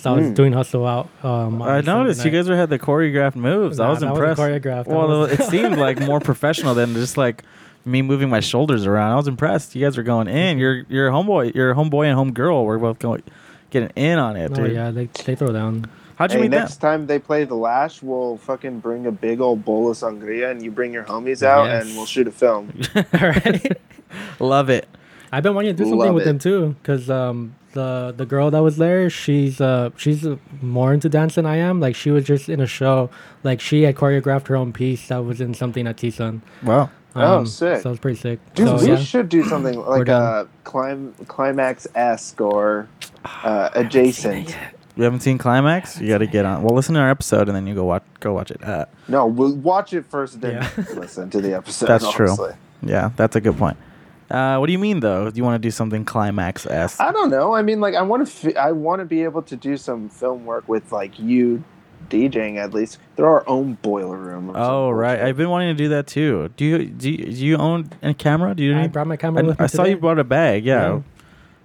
Speaker 3: So I was doing hustle out. Um, on
Speaker 1: I
Speaker 3: Sunday
Speaker 1: noticed you
Speaker 3: night.
Speaker 1: guys were had the choreographed moves. I
Speaker 3: Nah,
Speaker 1: was
Speaker 3: that
Speaker 1: impressed.
Speaker 3: wasn't choreographed. That
Speaker 1: Well,
Speaker 3: was-
Speaker 1: it seemed like more
Speaker 3: [LAUGHS]
Speaker 1: professional than just like me moving my shoulders around. I was impressed. You guys were going in. Your your homeboy, your homeboy and homegirl were both going getting in on it,
Speaker 3: Oh
Speaker 1: dude.
Speaker 3: yeah, they they throw down. [LAUGHS]
Speaker 1: How'd you
Speaker 2: hey,
Speaker 1: meet
Speaker 2: next
Speaker 1: that?
Speaker 2: time they play the lash we'll fucking bring a big old bowl of sangria and you bring your homies out
Speaker 3: Yes.
Speaker 2: and we'll shoot a
Speaker 3: [LAUGHS]
Speaker 2: film.
Speaker 3: all right.
Speaker 1: Love it.
Speaker 3: I've been wanting to do something
Speaker 2: Love
Speaker 3: with
Speaker 2: it.
Speaker 3: them too, because um, the the girl that was there, she's uh, she's uh, more into dance than I am. Like she was just in a show, like she had choreographed her own piece that was in something at Tucson.
Speaker 1: Wow.
Speaker 2: Oh, sick.
Speaker 3: So it was pretty sick.
Speaker 2: Dude,
Speaker 3: so
Speaker 2: we
Speaker 3: yeah,
Speaker 2: should do something like
Speaker 3: done.
Speaker 2: uh, clim- climax esque or uh, adjacent.
Speaker 1: You haven't seen Climax? You got to get on. Well, listen to our episode and then you go watch. Go watch it. Uh,
Speaker 2: No, we'll watch it first, then
Speaker 3: Yeah.
Speaker 2: [LAUGHS] listen to the episode.
Speaker 1: That's true.
Speaker 2: honestly.
Speaker 1: yeah, that's a good point. Uh, what do you mean though? Do you want to do something climax esque?
Speaker 2: I don't know. I mean, like, I want to. F- I want to be able to do some film work with like you, DJing at least. They're our own boiler room. or
Speaker 1: Oh
Speaker 2: some
Speaker 1: right,
Speaker 2: bullshit.
Speaker 1: I've been wanting to do that too. Do you do you, do you own a camera? Do you?
Speaker 3: I
Speaker 1: need-
Speaker 3: brought my camera
Speaker 1: I,
Speaker 3: with me
Speaker 1: I saw you
Speaker 3: today.
Speaker 1: brought a bag. Yeah.
Speaker 3: Yeah.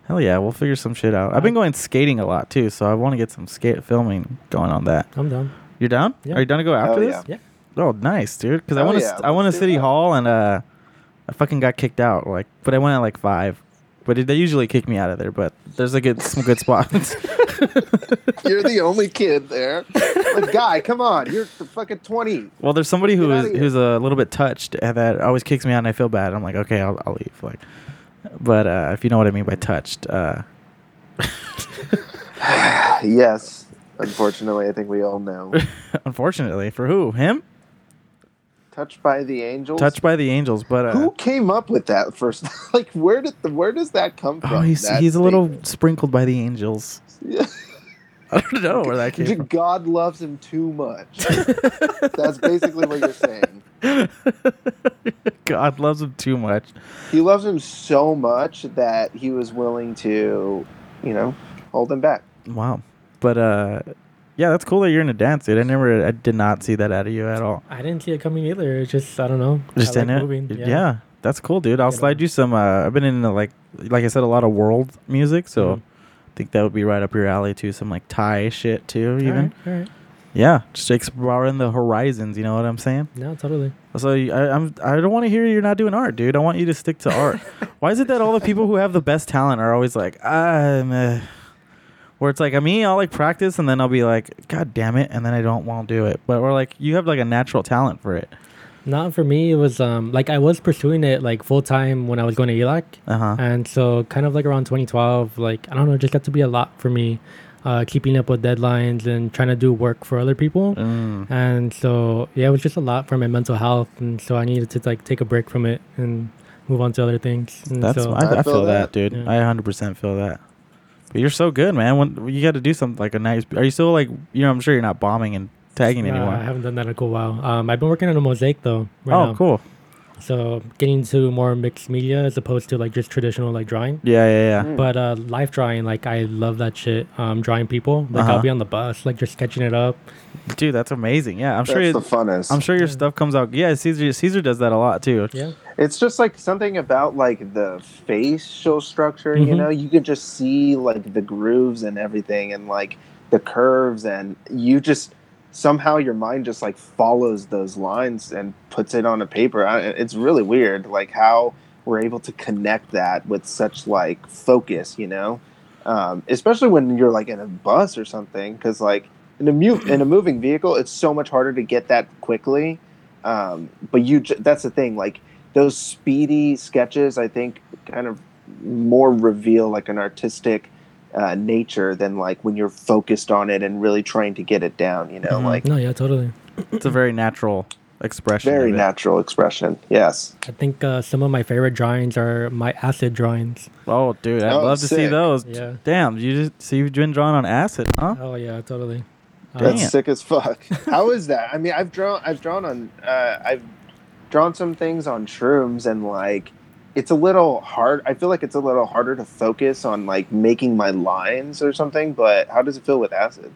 Speaker 1: Hell yeah, we'll figure some shit out. I've been going skating a lot too, so I want to get some skate filming going on that.
Speaker 3: I'm done.
Speaker 1: You're down?
Speaker 3: Yeah.
Speaker 1: Are you down to go after this?
Speaker 2: Hell
Speaker 3: Yeah.
Speaker 1: Oh, nice, dude. Because I
Speaker 2: Hell
Speaker 1: want to
Speaker 2: yeah,
Speaker 1: I want
Speaker 2: let's
Speaker 1: to
Speaker 2: do
Speaker 1: city
Speaker 2: that.
Speaker 1: hall and uh, I fucking got kicked out. Like, but I went at like five. But they usually kick me out of there. But there's a good some good
Speaker 2: [LAUGHS]
Speaker 1: spots.
Speaker 2: [LAUGHS] You're the only kid there. Like, guy, come on. You're the fucking twenty.
Speaker 1: Well, there's somebody who
Speaker 2: Get outta
Speaker 1: is
Speaker 2: here.
Speaker 1: who's a little bit touched and that always kicks me out, and I feel bad. I'm like, okay, I'll, I'll leave. Like, but uh, if you know what I mean by touched, uh, [LAUGHS]
Speaker 2: Yes. Unfortunately, I think we
Speaker 1: [LAUGHS]
Speaker 2: all know.
Speaker 1: unfortunately for who him
Speaker 2: Touched by the angels.
Speaker 1: touched by the angels, but uh,
Speaker 2: Who came up with that first? [LAUGHS] like, where did the, where does that come from?
Speaker 1: oh, he's
Speaker 2: that
Speaker 1: he's a little
Speaker 2: statement?
Speaker 1: sprinkled by the angels. [LAUGHS]
Speaker 2: [LAUGHS] Yeah.
Speaker 1: I don't know where that came from.
Speaker 2: God loves him
Speaker 1: [LAUGHS]
Speaker 2: too much. That's basically what you're saying.
Speaker 1: [LAUGHS] God loves him too much.
Speaker 2: He loves him so much that he was willing to, you know, hold him back.
Speaker 1: Wow, but uh, yeah, that's cool that you're into dance, dude. I never, I did not see that out of you at all.
Speaker 3: I didn't see it coming either. It's just I don't know.
Speaker 1: Just
Speaker 3: I
Speaker 1: in
Speaker 3: like
Speaker 1: it,
Speaker 3: moving,
Speaker 1: yeah. That's cool, dude. I'll
Speaker 3: Get
Speaker 1: slide you some. Uh, I've been into like, like I said, a lot of world music, so
Speaker 3: Mhm.
Speaker 1: I think that would be right up your alley too. Some like Thai shit too, even.
Speaker 3: All right.
Speaker 1: Yeah, just exploring the horizons. You know what I'm saying?
Speaker 3: No, totally.
Speaker 1: So you- I, I'm I don't want to hear you're not doing art, dude. I want you to stick to
Speaker 3: [LAUGHS]
Speaker 1: art. Why is it that all the people who have the best talent are always like, I'm, uh, where it's like, I mean, I'll like practice and then I'll be like, God damn it, and then I don't want to do it. But we're like, you have like a natural talent for it.
Speaker 3: Not for me. It was um like I was pursuing it like full time when I was going to E ELAC,
Speaker 1: Uh huh.
Speaker 3: and so kind of like around 2012, like I don't know, it just got to be a lot for me, uh, keeping up with deadlines and trying to do work for other people,
Speaker 1: Mm.
Speaker 3: and so yeah, it was just a lot for my mental health, and so I needed to like take a break from it and move on to other things. And
Speaker 1: That's
Speaker 3: so,
Speaker 1: I, I, feel that, dude.
Speaker 3: Yeah.
Speaker 1: I 100 percent feel that. But you're so good, man. When you got to do something like a nice. Are you still like you know? I'm sure you're not bombing and tagging
Speaker 3: Uh, I
Speaker 1: anymore.
Speaker 3: haven't done that in a cool while. Um, I've been working on a mosaic though. Right
Speaker 1: oh,
Speaker 3: now.
Speaker 1: cool.
Speaker 3: So getting to more mixed media as opposed to like just traditional like drawing.
Speaker 1: Yeah, yeah, yeah.
Speaker 3: But uh, life drawing, like I love that shit. Um, drawing people, like
Speaker 1: Uh-huh.
Speaker 3: I'll be on the bus, like just sketching it up.
Speaker 1: Dude, that's amazing. Yeah, I'm
Speaker 2: That's
Speaker 1: sure. it-
Speaker 2: the funnest.
Speaker 1: I'm sure your stuff comes out. Yeah, Caesar Caesar does that a lot too.
Speaker 3: Yeah,
Speaker 2: it's just like something about like the facial structure you
Speaker 3: Mhm.
Speaker 2: know you could just see like the grooves and everything and like the curves and you just somehow your mind just like follows those lines and puts it on a paper I, it's really weird like how we're able to connect that with such like focus you know um, especially when you're like in a bus or something because like in a mu- in a moving vehicle it's so much harder to get that quickly um, but you j- that's the thing like those speedy sketches i think kind of more reveal like an artistic uh, nature than like when you're focused on it and really trying to get it down you know
Speaker 1: Mhm.
Speaker 2: like
Speaker 3: no, yeah, totally.
Speaker 1: It's a very natural expression.
Speaker 2: very
Speaker 1: of it.
Speaker 2: natural expression yes
Speaker 3: I think uh, some of my favorite drawings are my acid drawings.
Speaker 1: Oh, dude, I'd
Speaker 2: Oh,
Speaker 1: love to see
Speaker 2: sick.
Speaker 1: those.
Speaker 3: Yeah.
Speaker 1: Damn, you just so you've been drawn on acid, huh?
Speaker 3: Oh yeah, totally.
Speaker 2: that's
Speaker 1: Damn.
Speaker 2: sick as fuck how is that i mean i've drawn i've drawn on uh, i've drawn some things on shrooms and like it's a little hard i feel like it's a little harder to focus on like making my lines or something but how does it feel with acid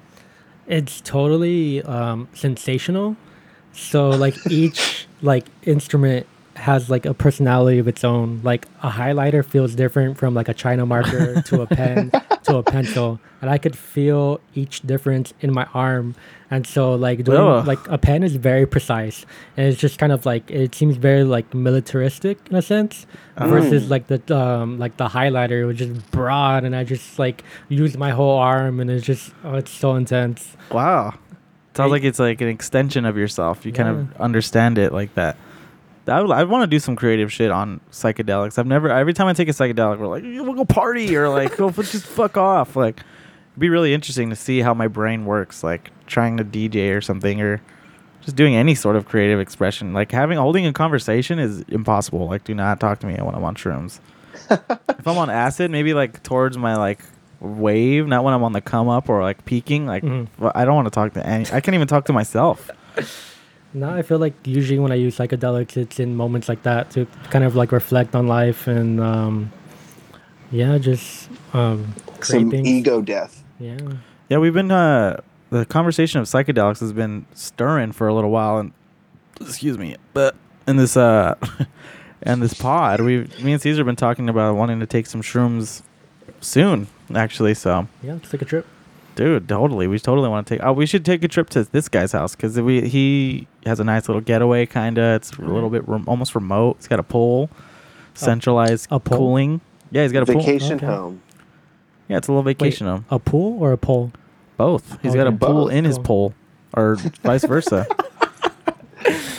Speaker 3: it's totally um, sensational. So like each like instrument has like a personality of its own. Like a highlighter feels different from like a china marker to a pen to a pencil, and I could feel each difference in my arm. And so like doing
Speaker 1: Ugh.
Speaker 3: like a pen is very precise, and it's just kind of like it seems very like militaristic in a sense, versus like the um like the highlighter which is broad, and I just like use my whole arm, and it's just oh, it's so intense.
Speaker 1: Wow. Sounds like it's like an extension of yourself. You kind of understand it like that. I, would- I want to do some creative shit on psychedelics. I've never. Every time I take a psychedelic, we're like, "Yeah, we'll go party or like, [LAUGHS] go f- just fuck off. Like, it'd be really interesting to see how my brain works. Like trying to DJ or something, or just doing any sort of creative expression. Like having holding a conversation is impossible. Like, do not talk to me when I'm on shrooms. if I'm on acid, maybe like towards my like wave, not when I'm on the come up or like peaking. Like,
Speaker 3: Mhm.
Speaker 1: well, I don't want to talk to any. I can't even talk to myself.
Speaker 3: Now I feel like usually when I use psychedelics, it's in moments like that to kind of like reflect on life and um, yeah, just um,
Speaker 2: some
Speaker 3: creating.
Speaker 2: ego death
Speaker 3: yeah,
Speaker 1: Yeah, we've been uh the conversation of psychedelics has been stirring for a little while and excuse me, but in this uh [LAUGHS] and this pod, we me and Caesar have been talking about wanting to take some shrooms soon, actually, so
Speaker 3: yeah, let's take a trip.
Speaker 1: Dude, totally. We totally want to take. Oh, we should take a trip to this guy's house because we he has a nice little getaway. Kind of, it's a little bit rem- almost remote. It's got a pool, centralized
Speaker 3: Mm-hmm. a pool?
Speaker 1: cooling. Yeah, he's got a pool.
Speaker 2: vacation
Speaker 3: Okay.
Speaker 2: home
Speaker 1: Yeah, it's a little vacation home.
Speaker 3: A pool or a pole?
Speaker 1: Both. He's got a
Speaker 3: Okay.
Speaker 1: pool in his
Speaker 3: Both.
Speaker 1: pole,
Speaker 3: [LAUGHS]
Speaker 1: or vice versa.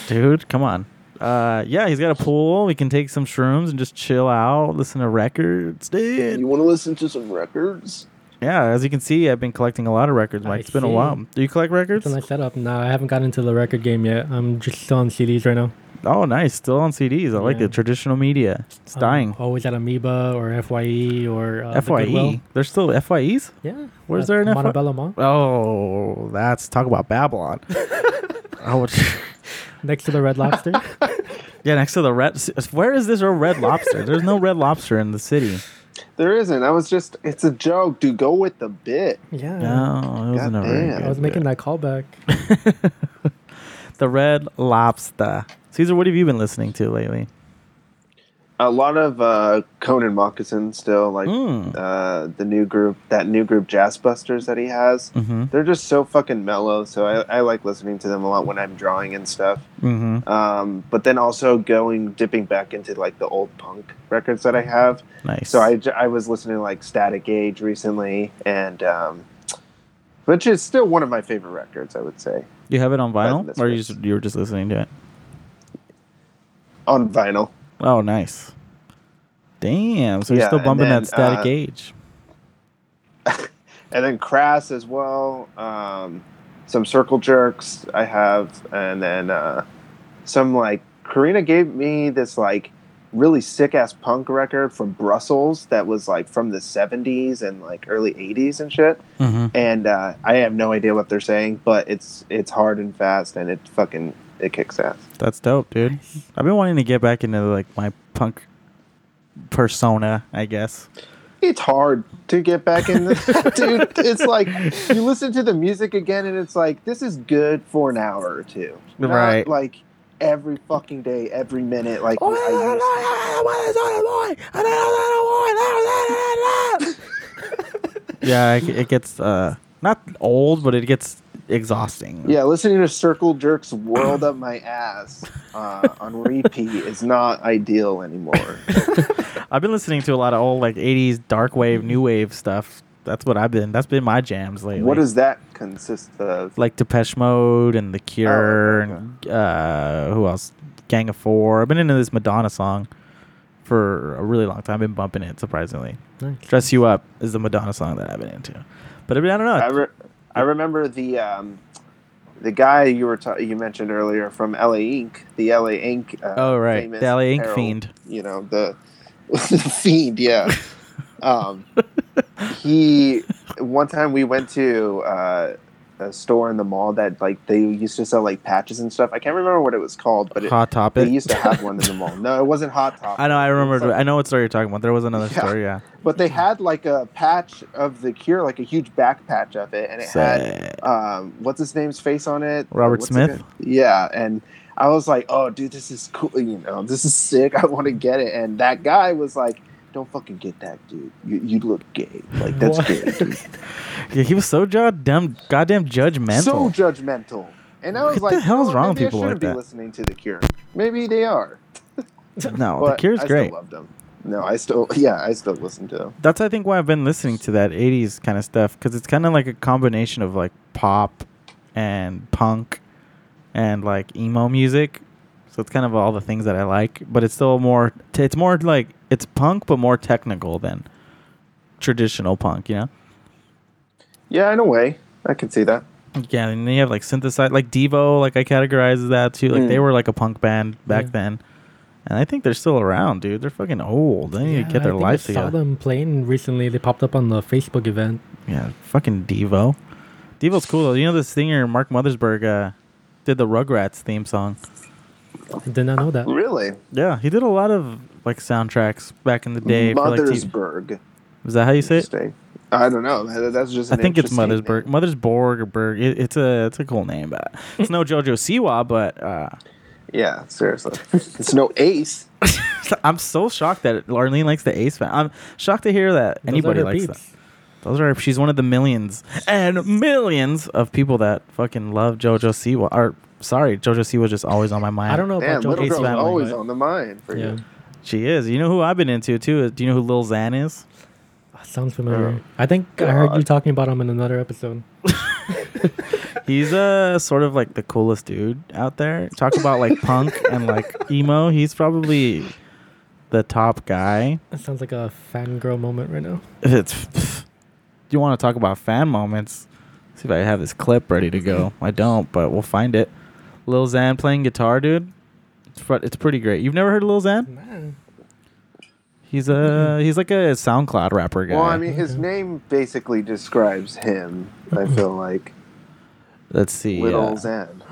Speaker 1: Dude, come on. Uh, yeah, he's got a pool. We can take some shrooms and just chill out, listen to records, dude.
Speaker 2: You want to listen to some records?
Speaker 1: Yeah, as you can see, I've been collecting a lot of records, Mike.
Speaker 3: I
Speaker 1: It's been a
Speaker 3: see.
Speaker 1: while. Do you collect records?
Speaker 3: It's a nice setup. No, I haven't gotten into the record game yet. I'm just still on CDs right now.
Speaker 1: Oh, nice. Still on CDs. I like
Speaker 3: Yeah.
Speaker 1: the traditional media. It's
Speaker 3: Um,
Speaker 1: dying.
Speaker 3: always at Amoeba or Fye or uh, the Goodwill.
Speaker 1: FYE. There's still FYEs?
Speaker 3: Yeah.
Speaker 1: Where's
Speaker 3: at
Speaker 1: there an E? FYE?
Speaker 3: Montebello Mall
Speaker 1: Oh, that's talk about
Speaker 3: [LAUGHS]
Speaker 1: Babylon. I would-
Speaker 3: next to the
Speaker 1: [LAUGHS]
Speaker 3: Red Lobster.
Speaker 1: yeah, next to the red. Where is this red lobster? There's no red lobster in the city.
Speaker 2: There isn't. I was just. It's a joke. Dude, go with the bit.
Speaker 3: [LAUGHS] yeah.
Speaker 1: No, it wasn't a very
Speaker 2: Goddamn.
Speaker 1: good
Speaker 3: I was making
Speaker 1: bit.
Speaker 3: that callback.
Speaker 1: the red lobster. Caesar, what have you been listening to lately?
Speaker 2: a lot of uh, Conan Moccasin still, like
Speaker 1: Mm.
Speaker 2: uh, the new group, that new group Jazzbusters that he has.
Speaker 1: Mm-hmm.
Speaker 2: They're just so fucking mellow. So I, I like listening to them a lot when I'm drawing and stuff.
Speaker 1: Mm-hmm.
Speaker 2: Um, but then also going dipping back into like the old punk records that I have.
Speaker 1: Nice.
Speaker 2: So I, j- I was listening to like Static Age recently, and um, which is still one of my favorite records, I would say,
Speaker 1: you have it on vinyl,
Speaker 2: that's
Speaker 1: or you
Speaker 2: nice.
Speaker 1: just, you were just listening to it?
Speaker 2: on vinyl.
Speaker 1: Oh, nice. Damn. So you're
Speaker 2: Yeah,
Speaker 1: still
Speaker 2: and
Speaker 1: bumping
Speaker 2: then,
Speaker 1: that static
Speaker 2: uh,
Speaker 1: age.
Speaker 2: and then crass as well um, some circle jerks i have and then uh, some like karina gave me this like really sick ass punk record from brussels that was like from the 70s and like early 80s and shit
Speaker 1: Mm-hmm.
Speaker 2: and uh, i have no idea what they're saying but it's it's hard and fast and it fucking it kicks ass
Speaker 1: That's dope, dude. I've been wanting to get back into like my punk persona, I guess.
Speaker 2: it's hard to get back
Speaker 1: [LAUGHS]
Speaker 2: in the [LAUGHS] dude it's like you listen to the music again and it's like this is good for an hour or two Not,
Speaker 1: Right. Oh,
Speaker 2: like every fucking day every minute like I used-
Speaker 1: yeah, it, it gets uh not old, but it gets exhausting.
Speaker 2: yeah listening to circle jerks whirled up my ass uh, on repeat is not ideal anymore
Speaker 1: I've been listening to a lot of old like '80s dark wave, new wave stuff. That's what I've been. That's been my jams lately.
Speaker 2: what does that consist of
Speaker 1: like Depeche Mode and The Cure
Speaker 2: Oh, okay,
Speaker 1: and uh, who else? Gang of Four. I've been into this Madonna song for a really long time. I've been bumping it surprisingly. Dress You Up is the Madonna song that I've been into. But I mean, I don't know.
Speaker 2: I, re- I remember the um, the guy you were ta- you mentioned earlier from LA Inc. The LA Inc. Uh,
Speaker 1: Oh, right.
Speaker 2: famous
Speaker 1: The LA Inc.
Speaker 2: herald,
Speaker 1: fiend.
Speaker 2: You know the, [LAUGHS] the fiend. Yeah. um, he one time we went to uh, a store in the mall that like they used to sell like patches and stuff. I can't remember what it was called, but it,
Speaker 1: Hot
Speaker 2: they
Speaker 1: Topic.
Speaker 2: used to have one in the mall. No, it wasn't Hot
Speaker 1: [LAUGHS]
Speaker 2: Topic.
Speaker 1: I know. I remember.
Speaker 2: It's like-
Speaker 1: I know what story you're talking about. There was another
Speaker 2: Yeah.
Speaker 1: story. Yeah.
Speaker 2: but they had like a patch of the Cure, like a huge back patch of it, and it had
Speaker 1: Sick.
Speaker 2: um, what's his name's face on it?
Speaker 1: Robert
Speaker 2: What's
Speaker 1: Smith?
Speaker 2: the guy- Yeah, and I was like, "Oh, dude, this is cool. You know, this is sick. I want to get it." And that guy was like, "Don't fucking get that, dude. You, you look gay. Like that's
Speaker 4: What?
Speaker 2: gay.
Speaker 1: [LAUGHS]
Speaker 2: dude."
Speaker 1: yeah, he was so jo- dumb, goddamn judgmental.
Speaker 2: So judgmental." And I was
Speaker 1: What
Speaker 2: like,
Speaker 1: the hell's
Speaker 2: "Oh,
Speaker 1: wrong with
Speaker 2: maybe I
Speaker 1: people
Speaker 2: shouldn't
Speaker 1: like that?"
Speaker 2: be listening to the Cure. Maybe they are.
Speaker 1: no, Oh, The
Speaker 2: but
Speaker 1: Cure's
Speaker 2: I
Speaker 1: great.
Speaker 2: Still love them. No, I still, [LAUGHS] yeah, I still listen to them.
Speaker 1: That's I think why I've been listening to that '80s kind of stuff because it's kind of like a combination of like pop and punk and like emo music. So it's kind of all the things that I like, but it's still more. T- it's more like it's punk, but more technical than traditional punk. You know?
Speaker 2: Yeah, in a way, I can see that.
Speaker 1: Yeah, and then you have like synthesize, like Devo. Like I categorize that too. Like
Speaker 2: Mm.
Speaker 1: they were like a punk band back
Speaker 4: Yeah.
Speaker 1: then, and I think they're still around, dude. They're fucking old. They need
Speaker 4: Yeah,
Speaker 1: to get their
Speaker 4: I think
Speaker 1: life
Speaker 4: I saw
Speaker 1: together.
Speaker 4: them playing recently. They popped up on the Facebook event.
Speaker 1: Yeah, fucking Devo. Devo's cool though. You know the singer Mark Mothersberg uh, did the Rugrats theme song.
Speaker 4: I did not know that.
Speaker 2: Really,
Speaker 1: Yeah, he did a lot of like soundtracks back in the day. for, like, TV.
Speaker 2: Mothersburg.
Speaker 1: Is that how you say it?
Speaker 2: Interesting. I don't know. That- That's just.
Speaker 1: I
Speaker 2: An
Speaker 1: think it's
Speaker 2: interesting
Speaker 1: Mothersburg.
Speaker 2: name.
Speaker 1: Mothersborg or Berg. It, it's a it's a cool name, but it's no JoJo Siwa. But uh, [LAUGHS]
Speaker 2: Yeah, seriously. it's no ace.
Speaker 1: I'm so shocked that Arlene likes the Ace fan. I'm shocked to hear that
Speaker 4: Those
Speaker 1: anybody
Speaker 4: are
Speaker 1: likes
Speaker 4: peeps.
Speaker 1: that. Those are she's one of the millions and millions of people that fucking love JoJo Siwa. Or sorry, JoJo Siwa's just always on my mind.
Speaker 4: I don't know
Speaker 2: Man,
Speaker 4: about
Speaker 2: little
Speaker 4: Joe
Speaker 1: Ace
Speaker 2: girl's
Speaker 1: Family,
Speaker 2: always
Speaker 1: right?
Speaker 2: on the mind for
Speaker 4: Yeah,
Speaker 2: you.
Speaker 1: She is. You know who I've been into too? Do you know who Lil Xan is?
Speaker 4: that sounds familiar. I think I heard you talking about him in another episode.
Speaker 1: He's uh sort of like the coolest dude out there. Talk about like punk and like emo. He's probably the top guy.
Speaker 4: That sounds like a fangirl moment right now.
Speaker 1: It's you want to talk about fan moments. See if I have this clip ready to go. I don't, but we'll find it. Lil Xan playing guitar, dude. It's fr- it's pretty great. You've never heard of Lil Xan?
Speaker 4: Man.
Speaker 1: He's a he's like a SoundCloud rapper guy.
Speaker 2: Well, I mean, his name basically describes him. I feel like
Speaker 1: let's see.
Speaker 2: little
Speaker 1: uh,
Speaker 2: Zan,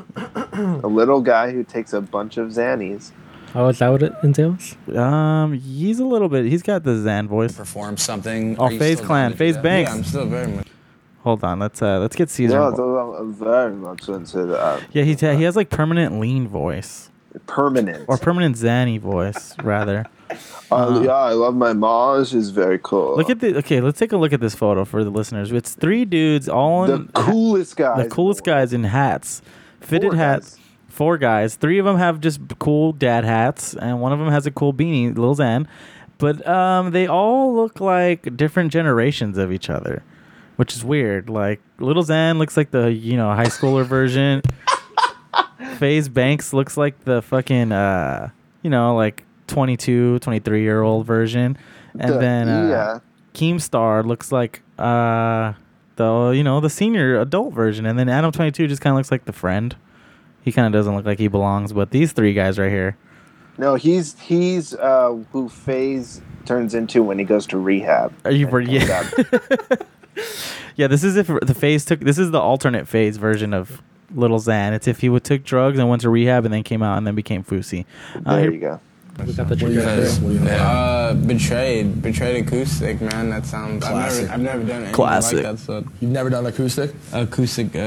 Speaker 2: a little guy who takes a bunch of Xannies.
Speaker 4: Oh, is that what it entails?
Speaker 1: Um, he's a little bit. He's got the Xan voice.
Speaker 6: perform something.
Speaker 1: Oh,
Speaker 6: Are you
Speaker 1: FaZe
Speaker 6: still
Speaker 1: Clan,
Speaker 6: down to do
Speaker 1: FaZe
Speaker 6: that?
Speaker 1: Banks.
Speaker 6: Yeah, I'm still very much.
Speaker 1: Hold on, let's uh let's get Caesar.
Speaker 2: Yeah,
Speaker 1: involved.
Speaker 2: so I'm very much into that.
Speaker 1: yeah, he ta- he has like permanent lean voice.
Speaker 2: permanent.
Speaker 1: or permanent Zanny voice rather.
Speaker 2: Uh, yeah, I love my mom. She's very cool.
Speaker 1: Look at the okay. Let's take a look at this photo for the listeners. It's three dudes all in
Speaker 2: the coolest guys.
Speaker 1: the
Speaker 2: in
Speaker 1: coolest
Speaker 2: world.
Speaker 1: guys in hats, fitted
Speaker 2: Four
Speaker 1: hats.
Speaker 2: guys.
Speaker 1: Four guys. Three of them have just cool dad hats, and one of them has a cool beanie, Lil Xan. But um, they all look like different generations of each other, which is weird. Like Lil Xan looks like the you know high
Speaker 2: [LAUGHS]
Speaker 1: schooler version. Faze Banks looks like the fucking uh, you know like 22, 23 year old version, and
Speaker 2: The-
Speaker 1: then uh,
Speaker 2: yeah.
Speaker 1: Keemstar looks like uh the you know the senior adult version, and then Adam Twenty Two just kind of looks like the friend. He kind of doesn't look like he belongs, but these three guys right here.
Speaker 2: No, he's he's uh, who Phase turns into when he goes to rehab.
Speaker 1: Are you for yeah? [LAUGHS] yeah, this is if the phase took. This is the alternate phase version of Little Xan. It's if he would took drugs and went to rehab and then came out and then became Fousey. Uh,
Speaker 2: There
Speaker 1: here-
Speaker 2: you go.
Speaker 3: We got the
Speaker 6: guys- what do you know?
Speaker 7: Uh, betrayed, betrayed acoustic, man. That sounds.
Speaker 6: Classic.
Speaker 7: I've never, I've never done anything
Speaker 1: Classic.
Speaker 7: like that. So
Speaker 6: You've never done acoustic?
Speaker 7: acoustic. Uh,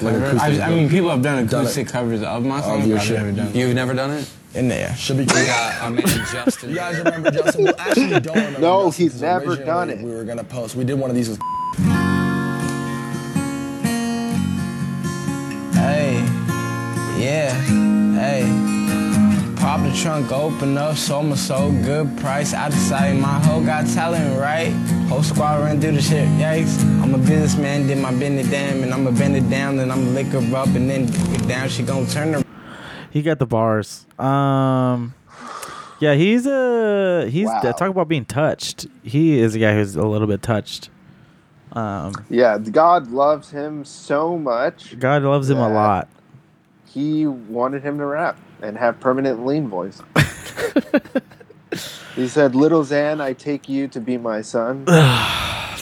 Speaker 6: Like
Speaker 7: cover.
Speaker 6: acoustic-
Speaker 7: I, I mean, people have done
Speaker 6: Done it.
Speaker 7: acoustic covers of my songs.
Speaker 6: your
Speaker 7: but I've
Speaker 6: shit.
Speaker 7: never done.
Speaker 8: You've never done it?
Speaker 7: in there.
Speaker 6: Should be cool.
Speaker 8: I mean, Justin.
Speaker 6: You guys remember Justin? Well, actually,
Speaker 2: [LAUGHS]
Speaker 6: you don't remember.
Speaker 2: No,
Speaker 6: Justin,
Speaker 2: he's
Speaker 6: 'cause
Speaker 2: never
Speaker 6: originally
Speaker 2: done it.
Speaker 6: We were gonna post. We did one of these with.
Speaker 7: Hey, yeah, hey. Pop the trunk open up, sold my soul, good price. I decided my hoe got talent, right? Whole squad ran through the shit, yikes. I'm a businessman, did my bend it down, and I'ma bend it down, then I'ma lick her up, and then dick it down. She gon' turn her.
Speaker 1: He got the bars. Um, yeah, he's a he's
Speaker 2: Wow.
Speaker 1: talk about being touched. He is a guy who's a little bit touched. Um,
Speaker 2: Yeah, God loves him so much.
Speaker 1: God loves him a
Speaker 2: Yeah.
Speaker 1: lot.
Speaker 2: He wanted him to rap and have permanent lean voice. he said, "Little Xan, I take you to be my son."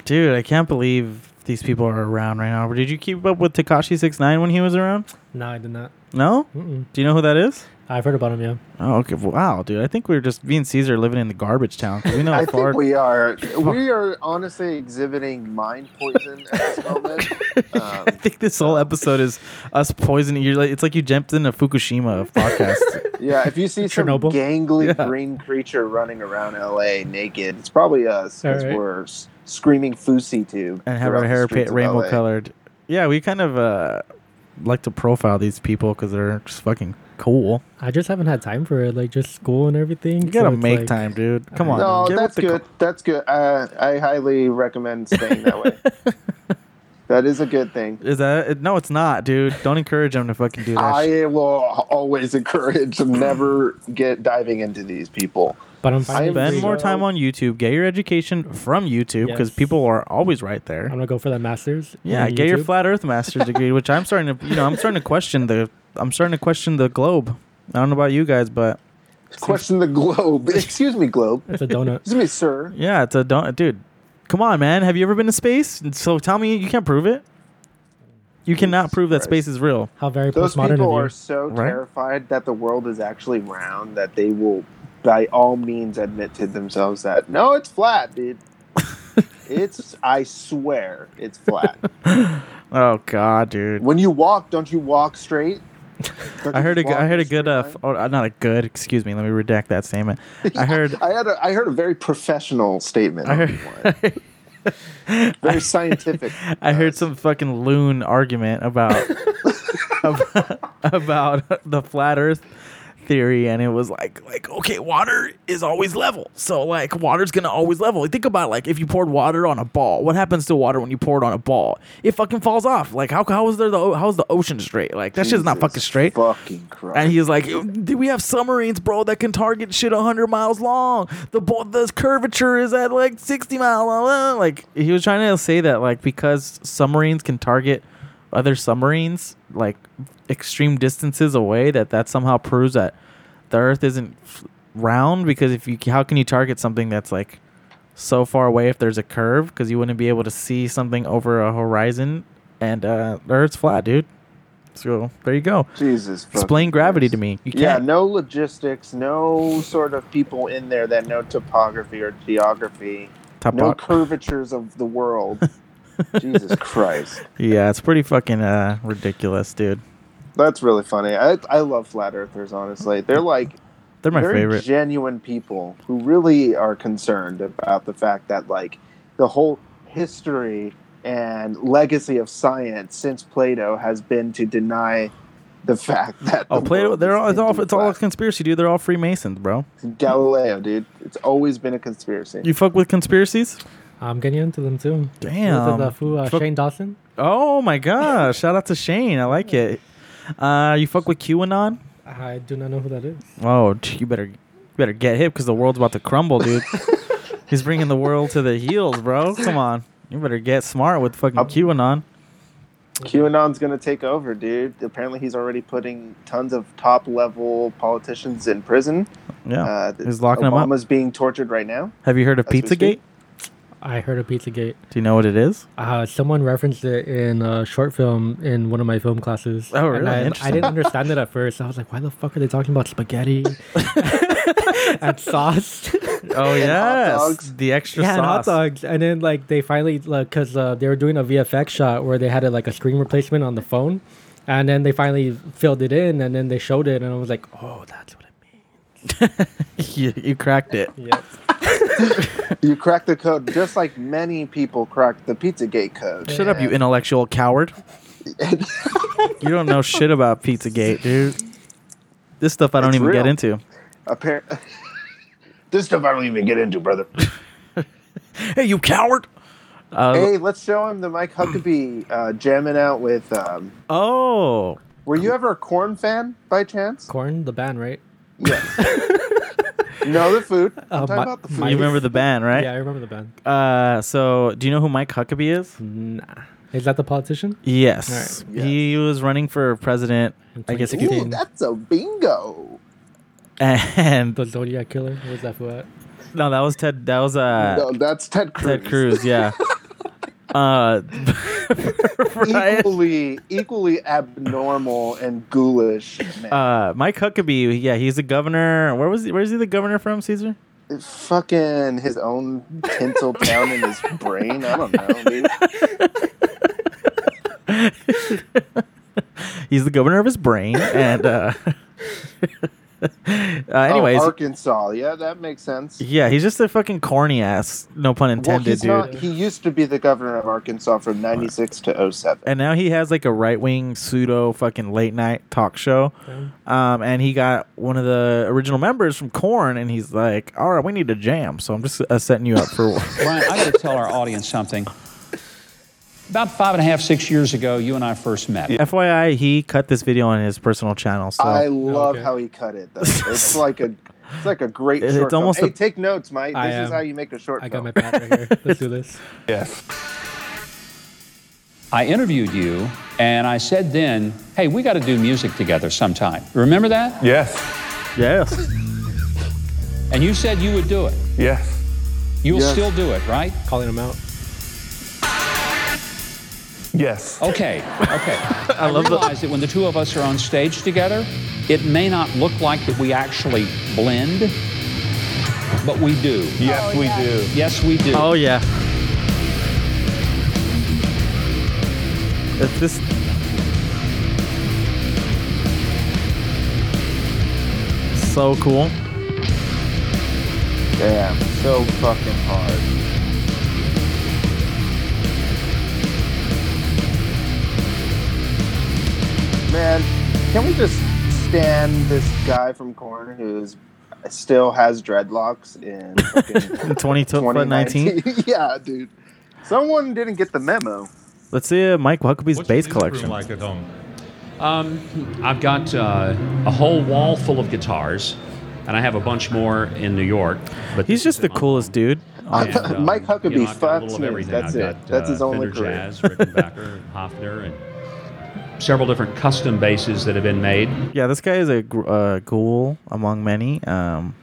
Speaker 1: Dude, I can't believe these people are around right now. Did you keep up with Takashi Six Nine when he was around?
Speaker 3: No, I did not.
Speaker 1: No?
Speaker 3: Mm-mm.
Speaker 1: Do you know who that is?
Speaker 3: I've heard about him. Yeah.
Speaker 1: Oh, okay. Wow, dude. I think we are just, me and Caesar are living in the garbage town. 'cause We
Speaker 2: [LAUGHS]
Speaker 1: know
Speaker 2: I
Speaker 1: how
Speaker 2: think
Speaker 1: far.
Speaker 2: we are we are honestly exhibiting mind poison at this moment. Um,
Speaker 1: [LAUGHS] I think this whole episode is us poisoning. You're like, it's like you jumped into Fukushima of
Speaker 2: [LAUGHS]
Speaker 1: podcasts.
Speaker 2: yeah, if you see some
Speaker 3: Chernobyl?
Speaker 2: gangly
Speaker 1: Yeah.
Speaker 2: green creature running around LA naked, it's probably us because
Speaker 3: All right.
Speaker 2: we're s- screaming "Fusi" to
Speaker 1: and have our
Speaker 2: throughout the
Speaker 1: hair
Speaker 2: streets
Speaker 1: pa-
Speaker 2: of
Speaker 1: rainbow
Speaker 2: LA.
Speaker 1: colored. Yeah, we kind of uh, like to profile these people because they're just fucking cool.
Speaker 3: I just haven't had time for it, like just school and everything.
Speaker 1: You gotta
Speaker 3: so it's
Speaker 1: make
Speaker 3: like-
Speaker 1: time, dude. Come on.
Speaker 2: No,
Speaker 1: get with
Speaker 2: that's
Speaker 1: the co-
Speaker 2: good. that's good. Uh, I highly recommend staying that way.
Speaker 1: [LAUGHS]
Speaker 2: that is a good thing.
Speaker 1: Is that no? It's not, dude. Don't encourage him to fucking do that. shit.
Speaker 2: I will always [LAUGHS] encourage never get diving into these people.
Speaker 3: But I'm
Speaker 2: I
Speaker 3: finally.
Speaker 2: am-
Speaker 1: Spend
Speaker 3: free.
Speaker 1: more
Speaker 2: so-
Speaker 1: time on YouTube. Get your education from YouTube because
Speaker 3: Yes.
Speaker 1: people are always right
Speaker 3: I'm
Speaker 1: there.
Speaker 3: gonna go for that master's.
Speaker 1: Yeah,
Speaker 3: on
Speaker 1: get your
Speaker 3: YouTube.
Speaker 1: flat Earth master's degree, which I'm starting to, you know, I'm starting to question the, I'm starting to question the globe. I don't know about you guys, but
Speaker 2: Question the globe. [LAUGHS] Excuse me, globe.
Speaker 3: It's a donut.
Speaker 2: Excuse me, sir.
Speaker 1: yeah, it's a don't, dude. Come on, man. Have you ever been to space? And So tell me, you can't prove it. You cannot prove that
Speaker 2: Christ.
Speaker 1: space is real.
Speaker 3: How very
Speaker 2: Those
Speaker 3: postmodern
Speaker 2: people are
Speaker 3: of
Speaker 2: so
Speaker 1: Right?
Speaker 2: terrified that the world is actually round that they will, by all means, admit to themselves that no, it's
Speaker 1: [LAUGHS]
Speaker 2: flat, dude. it's I swear it's flat.
Speaker 1: Oh God, dude.
Speaker 2: when you walk, don't you
Speaker 1: [LAUGHS]
Speaker 2: walk straight? Don't
Speaker 1: I
Speaker 2: you
Speaker 1: heard a,
Speaker 2: walk
Speaker 1: I heard a
Speaker 2: straight
Speaker 1: good, uh,
Speaker 2: line?
Speaker 1: f- oh, uh, not a good. Excuse me. Let me redact that statement. I heard.
Speaker 2: I had a, I heard a very professional statement.
Speaker 1: I
Speaker 2: on
Speaker 1: heard-
Speaker 2: one.
Speaker 1: [LAUGHS]
Speaker 2: very scientific.
Speaker 1: I heard some fucking loon argument about about, about the flat Earth theory, and it was like, like okay, water is always level, so like water's gonna always level. Think about like if you poured water on a ball, what happens to water when you pour it on a ball? It fucking falls off. Like how how is there the o- how is the ocean straight? Like that shit's not
Speaker 2: Uh, Jesus
Speaker 1: fucking straight.
Speaker 2: Fucking Christ.
Speaker 1: And he's like, "Do we have submarines, bro, that can target shit 100 miles long? The bo- the curvature is at like 60 mile. blah, blah." Like he was trying to say that like because submarines can target other submarines like extreme distances away that that somehow proves that the Earth isn't f- round because if you how can you target something that's like so far away if there's a curve because you wouldn't be able to see something over a horizon and uh, the Earth's flat, dude. So there you go.
Speaker 2: Jesus. fucking
Speaker 1: Explain gravity
Speaker 2: Christ.
Speaker 1: to me. You
Speaker 2: Yeah,
Speaker 1: can't.
Speaker 2: no logistics, no sort of people in there that know topography or geography,
Speaker 1: Top
Speaker 2: no
Speaker 1: out.
Speaker 2: curvatures of
Speaker 1: [LAUGHS]
Speaker 2: the world. Jesus Christ.
Speaker 1: yeah, it's pretty fucking uh, ridiculous, dude.
Speaker 2: That's really funny. I I love flat earthers. Honestly, they're like
Speaker 1: They're my
Speaker 2: very
Speaker 1: favorite.
Speaker 2: genuine people who really are concerned about the fact that like the whole history and legacy of science since Plato has been to deny the fact that
Speaker 1: Oh,
Speaker 2: the
Speaker 1: Plato.
Speaker 2: world
Speaker 1: They're all. It's
Speaker 2: is
Speaker 1: all. It's all a
Speaker 2: flat.
Speaker 1: conspiracy, dude. They're all Freemasons, bro.
Speaker 2: Galileo, dude. It's always been a conspiracy.
Speaker 1: You fuck with conspiracies?
Speaker 3: I'm getting into them too.
Speaker 1: Damn.
Speaker 3: This is, uh, who, uh,
Speaker 1: Fuck-
Speaker 3: Shane Dawson.
Speaker 1: Oh my
Speaker 2: [LAUGHS]
Speaker 1: god! Shout out to Shane. I like it. Uh, you fuck with QAnon?
Speaker 3: I do not know who that is.
Speaker 1: Oh, t- you better, you better get hit because the world's about to crumble,
Speaker 2: [LAUGHS]
Speaker 1: dude. He's bringing the world to the heels, bro. Come on, you better get smart with fucking
Speaker 2: Up-
Speaker 1: QAnon.
Speaker 2: QAnon's gonna take over, dude. Apparently, he's already putting tons of top level politicians in prison.
Speaker 1: Yeah,
Speaker 2: Uh,
Speaker 1: Oh, he's locking them up.
Speaker 2: Obama's being tortured right now.
Speaker 1: Have you heard of
Speaker 2: as we speak.
Speaker 1: PizzaGate?
Speaker 3: I heard of Pizzagate.
Speaker 1: Do you know what it is?
Speaker 3: Uh, someone referenced it in a short film in one of my film classes.
Speaker 1: Oh, really?
Speaker 3: And I, I
Speaker 1: Interesting.
Speaker 3: didn't understand it at first. I was like, why the fuck are they talking about
Speaker 1: [LAUGHS]
Speaker 3: spaghetti and sauce? [LAUGHS]
Speaker 1: Oh yes,
Speaker 2: dogs.
Speaker 1: the extra
Speaker 3: yeah, and hot
Speaker 1: sauce.
Speaker 3: dogs. And then, like, they finally, like, because uh, they were doing a VFX shot where they had, a, like, a screen replacement on the phone. And then they finally filled it in and then they showed it. And I was like, oh, that's what it means.
Speaker 1: you, you cracked it.
Speaker 2: You cracked the code, just like many people cracked the PizzaGate code.
Speaker 1: Shut up, you intellectual
Speaker 3: [LAUGHS]
Speaker 1: coward. you don't know shit about PizzaGate, dude. This stuff I don't
Speaker 2: It's
Speaker 1: even get
Speaker 2: real.
Speaker 1: into.
Speaker 2: Appar- [LAUGHS] this stuff I don't even get into, brother.
Speaker 1: Hey, you coward! Uh,
Speaker 2: hey, let's show him the Mike Huckabee uh, jamming out with. Um,
Speaker 1: Oh,
Speaker 2: were you ever a corn fan by chance?
Speaker 3: Corn, the ban, right?
Speaker 2: Yes. no,
Speaker 1: [LAUGHS] Uh,
Speaker 2: the food. I'm talking
Speaker 3: my-
Speaker 2: about the
Speaker 1: you
Speaker 2: food.
Speaker 1: remember the band, right?
Speaker 3: Yeah, I remember the ban.
Speaker 1: Uh, so do you know who Mike Huckabee is?
Speaker 3: Nah. Is that the politician?
Speaker 1: Yes,
Speaker 2: Alright.
Speaker 1: he was running for president. I guess you could.
Speaker 2: Ooh,
Speaker 3: 2016.
Speaker 2: that's a bingo.
Speaker 1: And
Speaker 3: The Zodiac Killer? What was that for? At?
Speaker 1: [LAUGHS] no, that was Ted. That was uh
Speaker 2: No, that's Ted Cruz.
Speaker 1: Ted Cruz. Yeah.
Speaker 3: [LAUGHS]
Speaker 1: uh, [LAUGHS] right?
Speaker 2: Equally, equally abnormal and ghoulish. Man.
Speaker 1: uh, Mike Huckabee. Yeah, he's the governor. Where was he? Where's he the governor from? Caesar.
Speaker 2: Fucking his own tinsel down in his brain. I don't know,
Speaker 1: [LAUGHS]
Speaker 2: dude. Oh,
Speaker 1: He's the governor of his
Speaker 2: [LAUGHS]
Speaker 1: brain. And uh, [LAUGHS] uh, anyways,
Speaker 2: Oh, Arkansas. Yeah, that makes sense.
Speaker 1: yeah, he's just a fucking corny ass. No pun
Speaker 2: Well,
Speaker 1: intended,
Speaker 2: he's
Speaker 1: dude.
Speaker 2: not, he used to be the governor of Arkansas from 96 to 07.
Speaker 1: and now he has like a right wing pseudo fucking late night talk show. Um, and he got one of the original members from Corn, and he's like, "All right, we need to jam." So I'm just uh, setting you up
Speaker 2: [LAUGHS]
Speaker 1: for. [LAUGHS]
Speaker 9: Brian, I got to tell our audience something. About five and a half, six years ago, you and I first met.
Speaker 1: FYI, he cut this video on his personal channel, so
Speaker 2: I love
Speaker 3: okay.
Speaker 2: how he cut it, though. It's like a. It's like a great
Speaker 1: It- [LAUGHS]
Speaker 2: short
Speaker 1: it's almost
Speaker 2: film.
Speaker 1: a-
Speaker 2: hey, take notes, Mike. This
Speaker 3: I
Speaker 2: is
Speaker 3: am-
Speaker 2: how you make a short
Speaker 3: I got
Speaker 2: film.
Speaker 3: my pad
Speaker 1: [LAUGHS]
Speaker 3: right here. Let's do this.
Speaker 9: I interviewed you, and I said then, hey, we got to do music together sometime. Remember that?
Speaker 10: Yes.
Speaker 1: yes,
Speaker 9: And you said you would do it.
Speaker 10: Yes.
Speaker 9: You'll
Speaker 2: Yes.
Speaker 9: still do it, right?
Speaker 3: Calling him out.
Speaker 10: Yes.
Speaker 9: Okay, okay. I, realize that when the two of us are on stage together, it may not look like that we actually blend, but we do.
Speaker 10: Yes, we do.
Speaker 9: Yes, we do.
Speaker 1: oh yeah. It's this. So cool.
Speaker 2: Damn, so fucking hard. Man, can we just stand this guy from Corn who's still has dreadlocks in fucking
Speaker 1: 20 to 19.
Speaker 2: 2019? [LAUGHS] yeah, dude. Someone didn't get the memo.
Speaker 1: Let's see uh, Mike Huckabee's bass collection.
Speaker 11: like at home?
Speaker 12: Um, I've got uh, a whole wall full of guitars, and I have a bunch more in New York. But
Speaker 1: He's
Speaker 12: this
Speaker 1: just
Speaker 12: is
Speaker 1: the
Speaker 12: my-
Speaker 1: coolest dude.
Speaker 12: and, um,
Speaker 2: [LAUGHS] Mike Huckabee
Speaker 12: you know, I've got a
Speaker 2: fucks
Speaker 12: little of
Speaker 2: me.
Speaker 12: everything.
Speaker 2: That's
Speaker 12: I've
Speaker 2: it.
Speaker 12: got,
Speaker 2: That's his
Speaker 12: uh,
Speaker 2: only
Speaker 12: Fender
Speaker 2: career.
Speaker 12: Jazz, Rickenbacker, [LAUGHS] Hofner, and several different custom basses that have been made.
Speaker 1: Yeah, this guy is a gr- uh, ghoul among many. Um,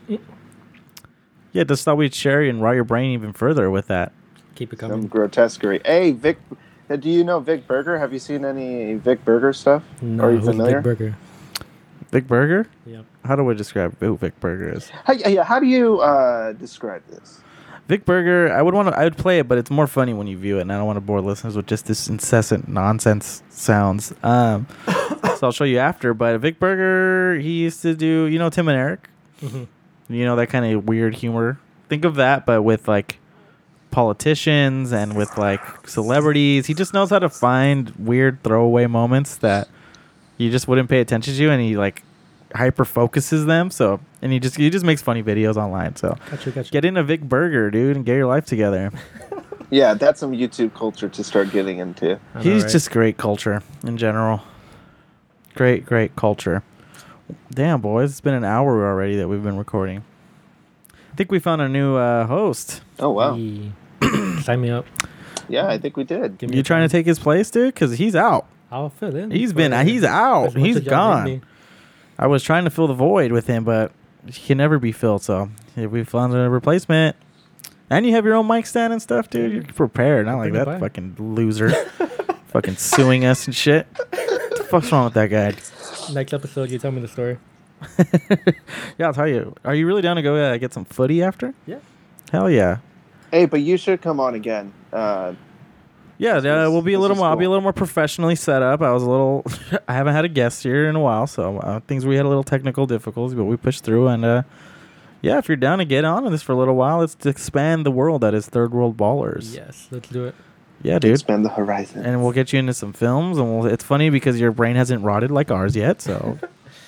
Speaker 1: yeah, just thought we'd share and raw your brain even further with that.
Speaker 3: Keep it
Speaker 2: Some
Speaker 3: coming.
Speaker 2: grotesquerie. Hey, Vic, uh, do you know Vic Berger? Have you seen any Vic Berger stuff?
Speaker 3: No,
Speaker 2: Are you
Speaker 3: who's Big
Speaker 2: familiar?
Speaker 3: Burger?
Speaker 1: Vic Burger?
Speaker 3: Yep.
Speaker 1: How do we describe who Vic Burger is?
Speaker 2: How, yeah, how do you uh, describe this?
Speaker 1: Vic Burger, I would want to, I would play it, but it's more funny when you view it, and I don't want to bore listeners with just this incessant nonsense sounds. Um, [COUGHS] So I'll show you after. But Vic Berger, he used to do, you know, Tim and Eric.
Speaker 3: Mhm.
Speaker 1: You know that kind of weird humor. Think of that, but with like politicians and with like celebrities. He just knows how to find weird throwaway moments that you just wouldn't pay attention to, and he like hyper focuses them. So and he just he just makes funny videos online. So
Speaker 3: Gotcha, gotcha.
Speaker 1: get into Vic Berger, dude, and get your life together.
Speaker 2: Yeah, that's some YouTube culture to start getting into.
Speaker 1: He's just great culture in general. Great, great culture. Damn, boys, it's been an hour already that we've been recording. I think we found a new uh, host.
Speaker 2: Oh wow.
Speaker 3: Sign me up.
Speaker 2: Yeah, I think we did.
Speaker 1: You trying to take his place, dude? Because he's out.
Speaker 3: I'll fill in.
Speaker 1: He's been. He's out. He's gone. I was trying to fill the void with him, but he can never be filled. So if we found a replacement, and you have your own mic stand and stuff, dude, you're prepared. Not like
Speaker 3: Bring it
Speaker 1: that
Speaker 3: back.
Speaker 1: fucking loser, [LAUGHS] fucking suing us and shit. What the fuck's wrong with that guy?
Speaker 3: Next episode, you tell me the story.
Speaker 1: Yeah, I'll tell you. Are you really down to go uh, get some footy after?
Speaker 3: Yeah.
Speaker 1: Hell yeah.
Speaker 2: Hey, but you should come on again. Uh,
Speaker 1: Yeah, uh, we'll be a
Speaker 2: this
Speaker 1: little
Speaker 2: is
Speaker 1: more. I'll be a
Speaker 2: cool.
Speaker 1: little more professionally set up. I was a little. [LAUGHS] I haven't had a guest here in a while, so uh, things we had a little technical difficulties, but we pushed through. And uh, yeah, if you're down to get on in this for a little while, let's expand the world that is third world ballers.
Speaker 3: Yes, let's do it.
Speaker 1: Yeah, dude.
Speaker 2: expand the horizon.
Speaker 1: And we'll get you into some films, and we'll, it's funny because your brain hasn't rotted like ours yet.
Speaker 2: [LAUGHS]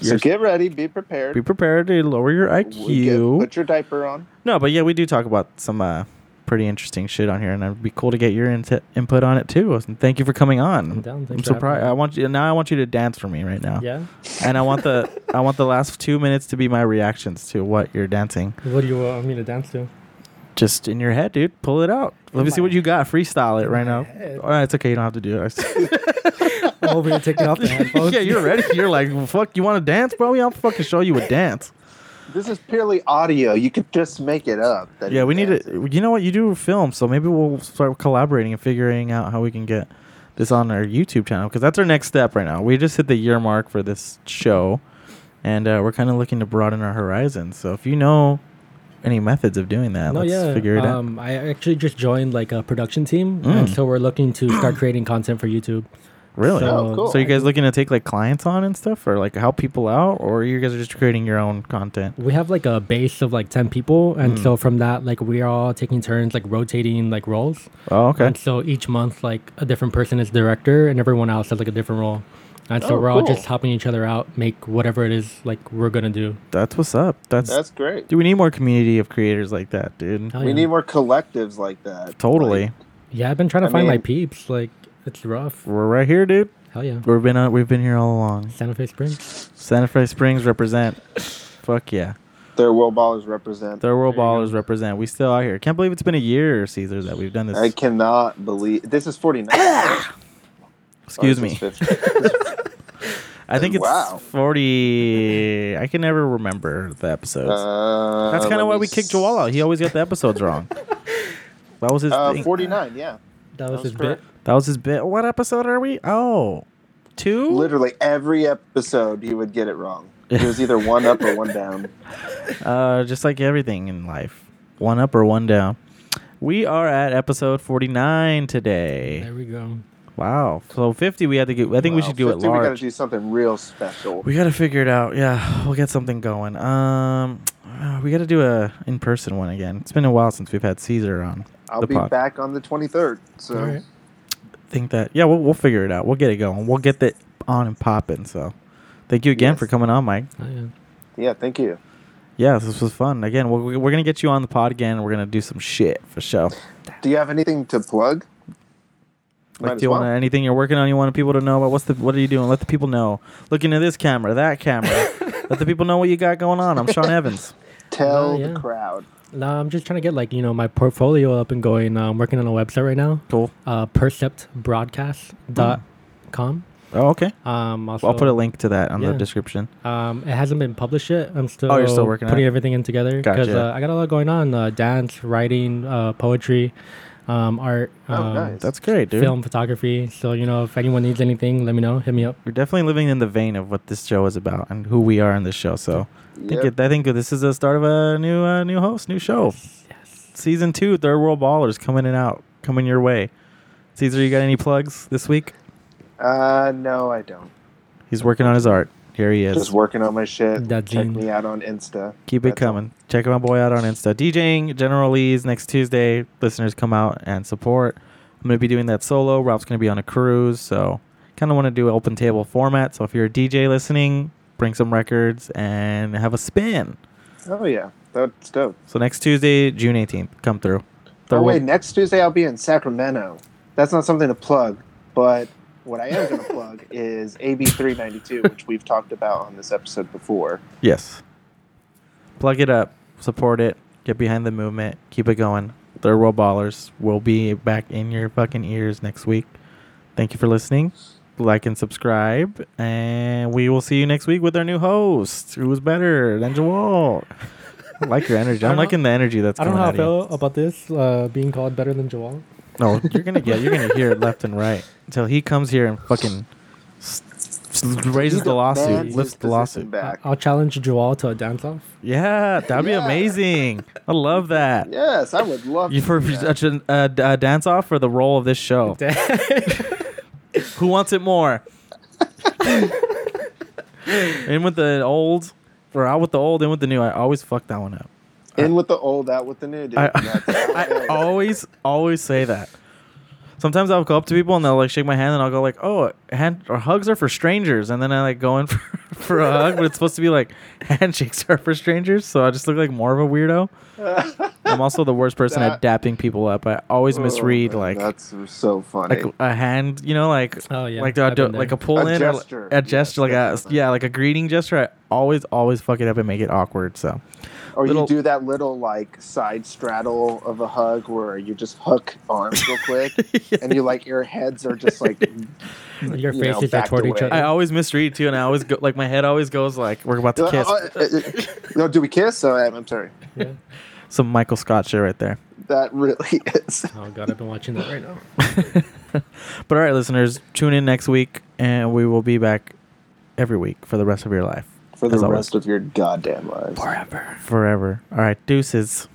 Speaker 1: So
Speaker 2: so get ready, be prepared.
Speaker 1: be prepared to lower your
Speaker 2: We get-
Speaker 1: IQ.
Speaker 2: put your diaper on.
Speaker 1: No, but yeah, we do talk about some uh, pretty interesting shit on here, and it'd be cool to get your inti- input on it too. And thank you for coming on.
Speaker 3: I'm down. Thanks
Speaker 1: I'm
Speaker 3: for
Speaker 1: surprised.
Speaker 3: having me.
Speaker 1: I want you now. I want you to dance for me right now.
Speaker 3: Yeah.
Speaker 1: And I want
Speaker 3: [LAUGHS]
Speaker 1: the I want the last two minutes to be my reactions to what you're dancing,
Speaker 3: What do you want me to dance to?
Speaker 1: just in your head, dude. Pull it out. Let me see what you got. Freestyle it right now. All right, it's okay. You don't have to do
Speaker 3: [LAUGHS]
Speaker 1: it. [LAUGHS]
Speaker 3: I'm over here taking off the headphones.
Speaker 1: yeah, you're ready. You're like, well, fuck. You want to dance, bro? Yeah, I'll fucking show you a dance.
Speaker 2: This is purely audio. You could just make it up. that
Speaker 1: Yeah,
Speaker 2: you
Speaker 1: we need
Speaker 2: danced.
Speaker 1: to. You know what? You do film, so maybe we'll start collaborating and figuring out how we can get this on our YouTube channel because that's our next step right now. We just hit the year mark for this show, and uh, we're kind of looking to broaden our horizons. So if you know any methods of doing that,
Speaker 3: No,
Speaker 1: let's
Speaker 3: yeah.
Speaker 1: figure it out.
Speaker 3: um, I actually just joined like a production team, and
Speaker 1: Mm.
Speaker 3: so we're looking to start creating content for YouTube.
Speaker 1: Really?
Speaker 3: so-
Speaker 2: Oh, cool.
Speaker 1: So you guys looking to take like clients on and stuff, or like help people out, or you guys are just creating your own content?
Speaker 3: We have like a base of like ten people, and so from that, like we are all taking turns, like rotating like roles.
Speaker 1: Oh, okay.
Speaker 3: And so each month, like a different person is director, and everyone else has like a different role. And so
Speaker 2: Oh,
Speaker 3: we're all
Speaker 2: cool.
Speaker 3: just helping each other out, make whatever it is like we're gonna do.
Speaker 1: That's what's up. That's,
Speaker 2: That's great.
Speaker 1: do we need more community of creators like that, dude?
Speaker 3: Hell
Speaker 2: We
Speaker 3: yeah.
Speaker 2: need more collectives like that.
Speaker 1: Totally.
Speaker 2: Like,
Speaker 3: Yeah, I've been trying to
Speaker 2: I
Speaker 3: find my
Speaker 2: mean-
Speaker 3: peeps. Like it's rough.
Speaker 1: We're right here, dude.
Speaker 3: Hell yeah,
Speaker 1: We've been on, we've been here all along.
Speaker 3: Santa Fe Springs.
Speaker 1: Santa Fe Springs represent. Fuck yeah.
Speaker 2: their world ballers represent.
Speaker 1: Third World Ballers represent. We still out here. Can't believe it's been a year, Caesar, that we've done this.
Speaker 2: I cannot believe this is 49. right?
Speaker 1: Excuse
Speaker 2: Or is
Speaker 1: me.
Speaker 2: this 50?
Speaker 1: I think it's
Speaker 2: Wow.
Speaker 1: 40. I can never remember the episodes.
Speaker 2: [LAUGHS] Uh,
Speaker 1: That's kind
Speaker 2: let
Speaker 1: of why
Speaker 2: me
Speaker 1: we kicked Joel out. He always got the episodes
Speaker 2: [LAUGHS]
Speaker 1: wrong. That was his
Speaker 2: Uh,
Speaker 1: thing.
Speaker 2: 49, yeah.
Speaker 3: That was
Speaker 2: That
Speaker 3: his
Speaker 2: was correct.
Speaker 3: bit.
Speaker 1: That was his bit. What episode are we? Oh, two?
Speaker 2: Literally every episode he would get it wrong. It was either one up or one
Speaker 1: [LAUGHS]
Speaker 2: down.
Speaker 1: Uh, just like everything in life, one up or one down. We are at episode 49 today.
Speaker 3: There we go.
Speaker 1: Wow. So 50, we had to get. I think we
Speaker 2: Wow,
Speaker 1: should do it
Speaker 2: 50, We gotta
Speaker 1: large.
Speaker 2: do something real special.
Speaker 1: We gotta figure it out. Yeah, we'll get something going. Um, uh, we gotta do a in-person one again. It's been a while since we've had Caesar on
Speaker 2: I'll
Speaker 1: the
Speaker 2: be
Speaker 1: pod.
Speaker 2: back on the 23rd. So
Speaker 3: All right.
Speaker 1: Think that yeah, we'll we'll figure it out. We'll get it going. We'll get that on and popping. So, thank you again
Speaker 2: Yes.
Speaker 1: for coming on, Mike.
Speaker 3: Oh, yeah.
Speaker 2: yeah, thank you.
Speaker 1: Yeah, this was fun. Again, we're, we're gonna get you on the pod again. and We're gonna do some shit for sure.
Speaker 2: Do you have anything to plug? Might
Speaker 1: Like,
Speaker 2: as
Speaker 1: do you want
Speaker 2: well.
Speaker 1: anything you're working on? You want people to know about? What's the what are you doing? Let the people know. Look into this camera, that camera.
Speaker 2: [LAUGHS]
Speaker 1: Let the people know what you got going on. I'm Sean Evans.
Speaker 2: Tell
Speaker 3: Oh,
Speaker 2: the
Speaker 3: yeah.
Speaker 2: crowd.
Speaker 3: No, I'm just trying to get like you know my portfolio up and going. Uh, I'm working on a website right now,
Speaker 1: Cool.
Speaker 3: uh, perceptbroadcast.com.
Speaker 1: Oh, okay.
Speaker 3: Um, also,
Speaker 1: I'll put a link to that on the
Speaker 3: Yeah.
Speaker 1: description.
Speaker 3: Um, it hasn't been published yet. I'm still.
Speaker 1: Oh, you're still working on
Speaker 3: putting
Speaker 1: it?
Speaker 3: everything in together because
Speaker 1: Gotcha.
Speaker 3: uh, I got a lot going on: uh, dance, writing, uh, poetry, um, art, um,
Speaker 2: Oh, nice.
Speaker 1: Oh, That's great, dude.
Speaker 3: film, photography. So you know, if anyone needs anything, let me know. Hit me up.
Speaker 1: we're definitely living in the vein of what this show is about and who we are in this show. So I think
Speaker 2: Yep.
Speaker 1: it, I think this is the start of a new uh, new host, new show.
Speaker 3: Yes.
Speaker 1: Season two, Third World Ballers coming and out, coming your way. Caesar, you got any plugs this week?
Speaker 2: Uh, no, I don't.
Speaker 1: He's working on his art. Here he is.
Speaker 2: Just working on my shit.
Speaker 1: That
Speaker 2: Check
Speaker 1: zine.
Speaker 2: me out on Insta.
Speaker 1: Keep it coming. Check my boy out on Insta. DJing General Lee's next Tuesday. Listeners, come out and support. I'm going to be doing that solo. Rob's going to be on a cruise. So, kind of want to do open table format. So, if you're a DJ listening, bring some records and have a spin.
Speaker 2: Oh yeah, that's dope.
Speaker 1: So, next Tuesday, June 18th, come through.
Speaker 2: Oh
Speaker 1: Third
Speaker 2: wait,
Speaker 1: World-
Speaker 2: next Tuesday I'll be in Sacramento. That's not something to plug, but what I am
Speaker 1: [LAUGHS]
Speaker 2: going to plug is AB392, which we've talked about on this episode before.
Speaker 1: Yes. Plug it up, support it, get behind the movement, keep it going. Third World Ballers will be back in your fucking ears next week. Thank you for listening. Like and subscribe, and we will see you next week with our new host. Who was better than Joel? I like your
Speaker 3: [LAUGHS]
Speaker 1: energy. I'm liking the energy that's
Speaker 3: I don't
Speaker 1: coming
Speaker 3: know how
Speaker 1: out
Speaker 3: I
Speaker 1: of you.
Speaker 3: feel about this uh, being called better than Joel.
Speaker 1: No, you're gonna get. You're gonna hear it left and right until he comes here and fucking s- s- raises the lawsuit, lifts the lawsuit. Uh,
Speaker 3: I'll challenge Joel to a dance off. [LAUGHS]
Speaker 1: Yeah, that'd be amazing. I love that.
Speaker 2: Yes, I would love
Speaker 1: You
Speaker 2: to
Speaker 1: for
Speaker 2: do that.
Speaker 1: such an- a d- a dance off for the role of this show.
Speaker 3: Oh,
Speaker 1: Who wants it
Speaker 2: [LAUGHS]
Speaker 1: more? in with the old, or out with the old, in with the new. I always fuck that one up.
Speaker 2: In with the old, out with the new, dude.
Speaker 1: I- [LAUGHS]
Speaker 2: That's how it [LAUGHS]
Speaker 1: I oh, always, always say that. Sometimes I'll go up to people and they'll like shake my hand and I'll go like, "Oh, hand or hugs are for strangers," and then I like go in [LAUGHS] for, for a hug, but it's supposed to be like [LAUGHS] handshakes are for strangers. So I just look like more of a
Speaker 2: [LAUGHS]
Speaker 1: weirdo.
Speaker 2: is.
Speaker 1: I'm also the worst person
Speaker 2: That-
Speaker 1: at dapping people up. I always
Speaker 2: Oh,
Speaker 1: misread
Speaker 2: man,
Speaker 1: like
Speaker 2: that's so funny.
Speaker 1: like a hand, you know, like
Speaker 3: Oh, yeah.
Speaker 1: like do I
Speaker 3: I've
Speaker 1: do-
Speaker 3: been
Speaker 1: like
Speaker 3: there.
Speaker 1: a pull
Speaker 2: A
Speaker 1: in, or
Speaker 2: gesture.
Speaker 1: a gesture, like a yeah, like a greeting gesture. I always always fuck it up and make it awkward. So
Speaker 2: or
Speaker 1: little-
Speaker 2: you do that little like side straddle of a hug where you just hook arms real
Speaker 1: [LAUGHS]
Speaker 2: quick, and you like your heads are just like
Speaker 3: Your
Speaker 2: you know,
Speaker 3: faces are
Speaker 2: backed
Speaker 3: toward each
Speaker 2: away.
Speaker 3: other.
Speaker 1: I always misread too, and I always go [LAUGHS] like my head always goes like we're about to
Speaker 2: Uh,
Speaker 1: kiss.
Speaker 2: uh, uh, uh, no, do we kiss? Oh, I'm I'm sorry.
Speaker 1: Some Michael Scott shit right there.
Speaker 2: That really [LAUGHS] is.
Speaker 3: Oh god, I've been watching that right now.
Speaker 1: But all right, listeners, tune in next week, and we will be back every week for the rest of your life,
Speaker 2: For the
Speaker 1: As always.
Speaker 2: rest of your goddamn lives.
Speaker 1: forever. All right, deuces.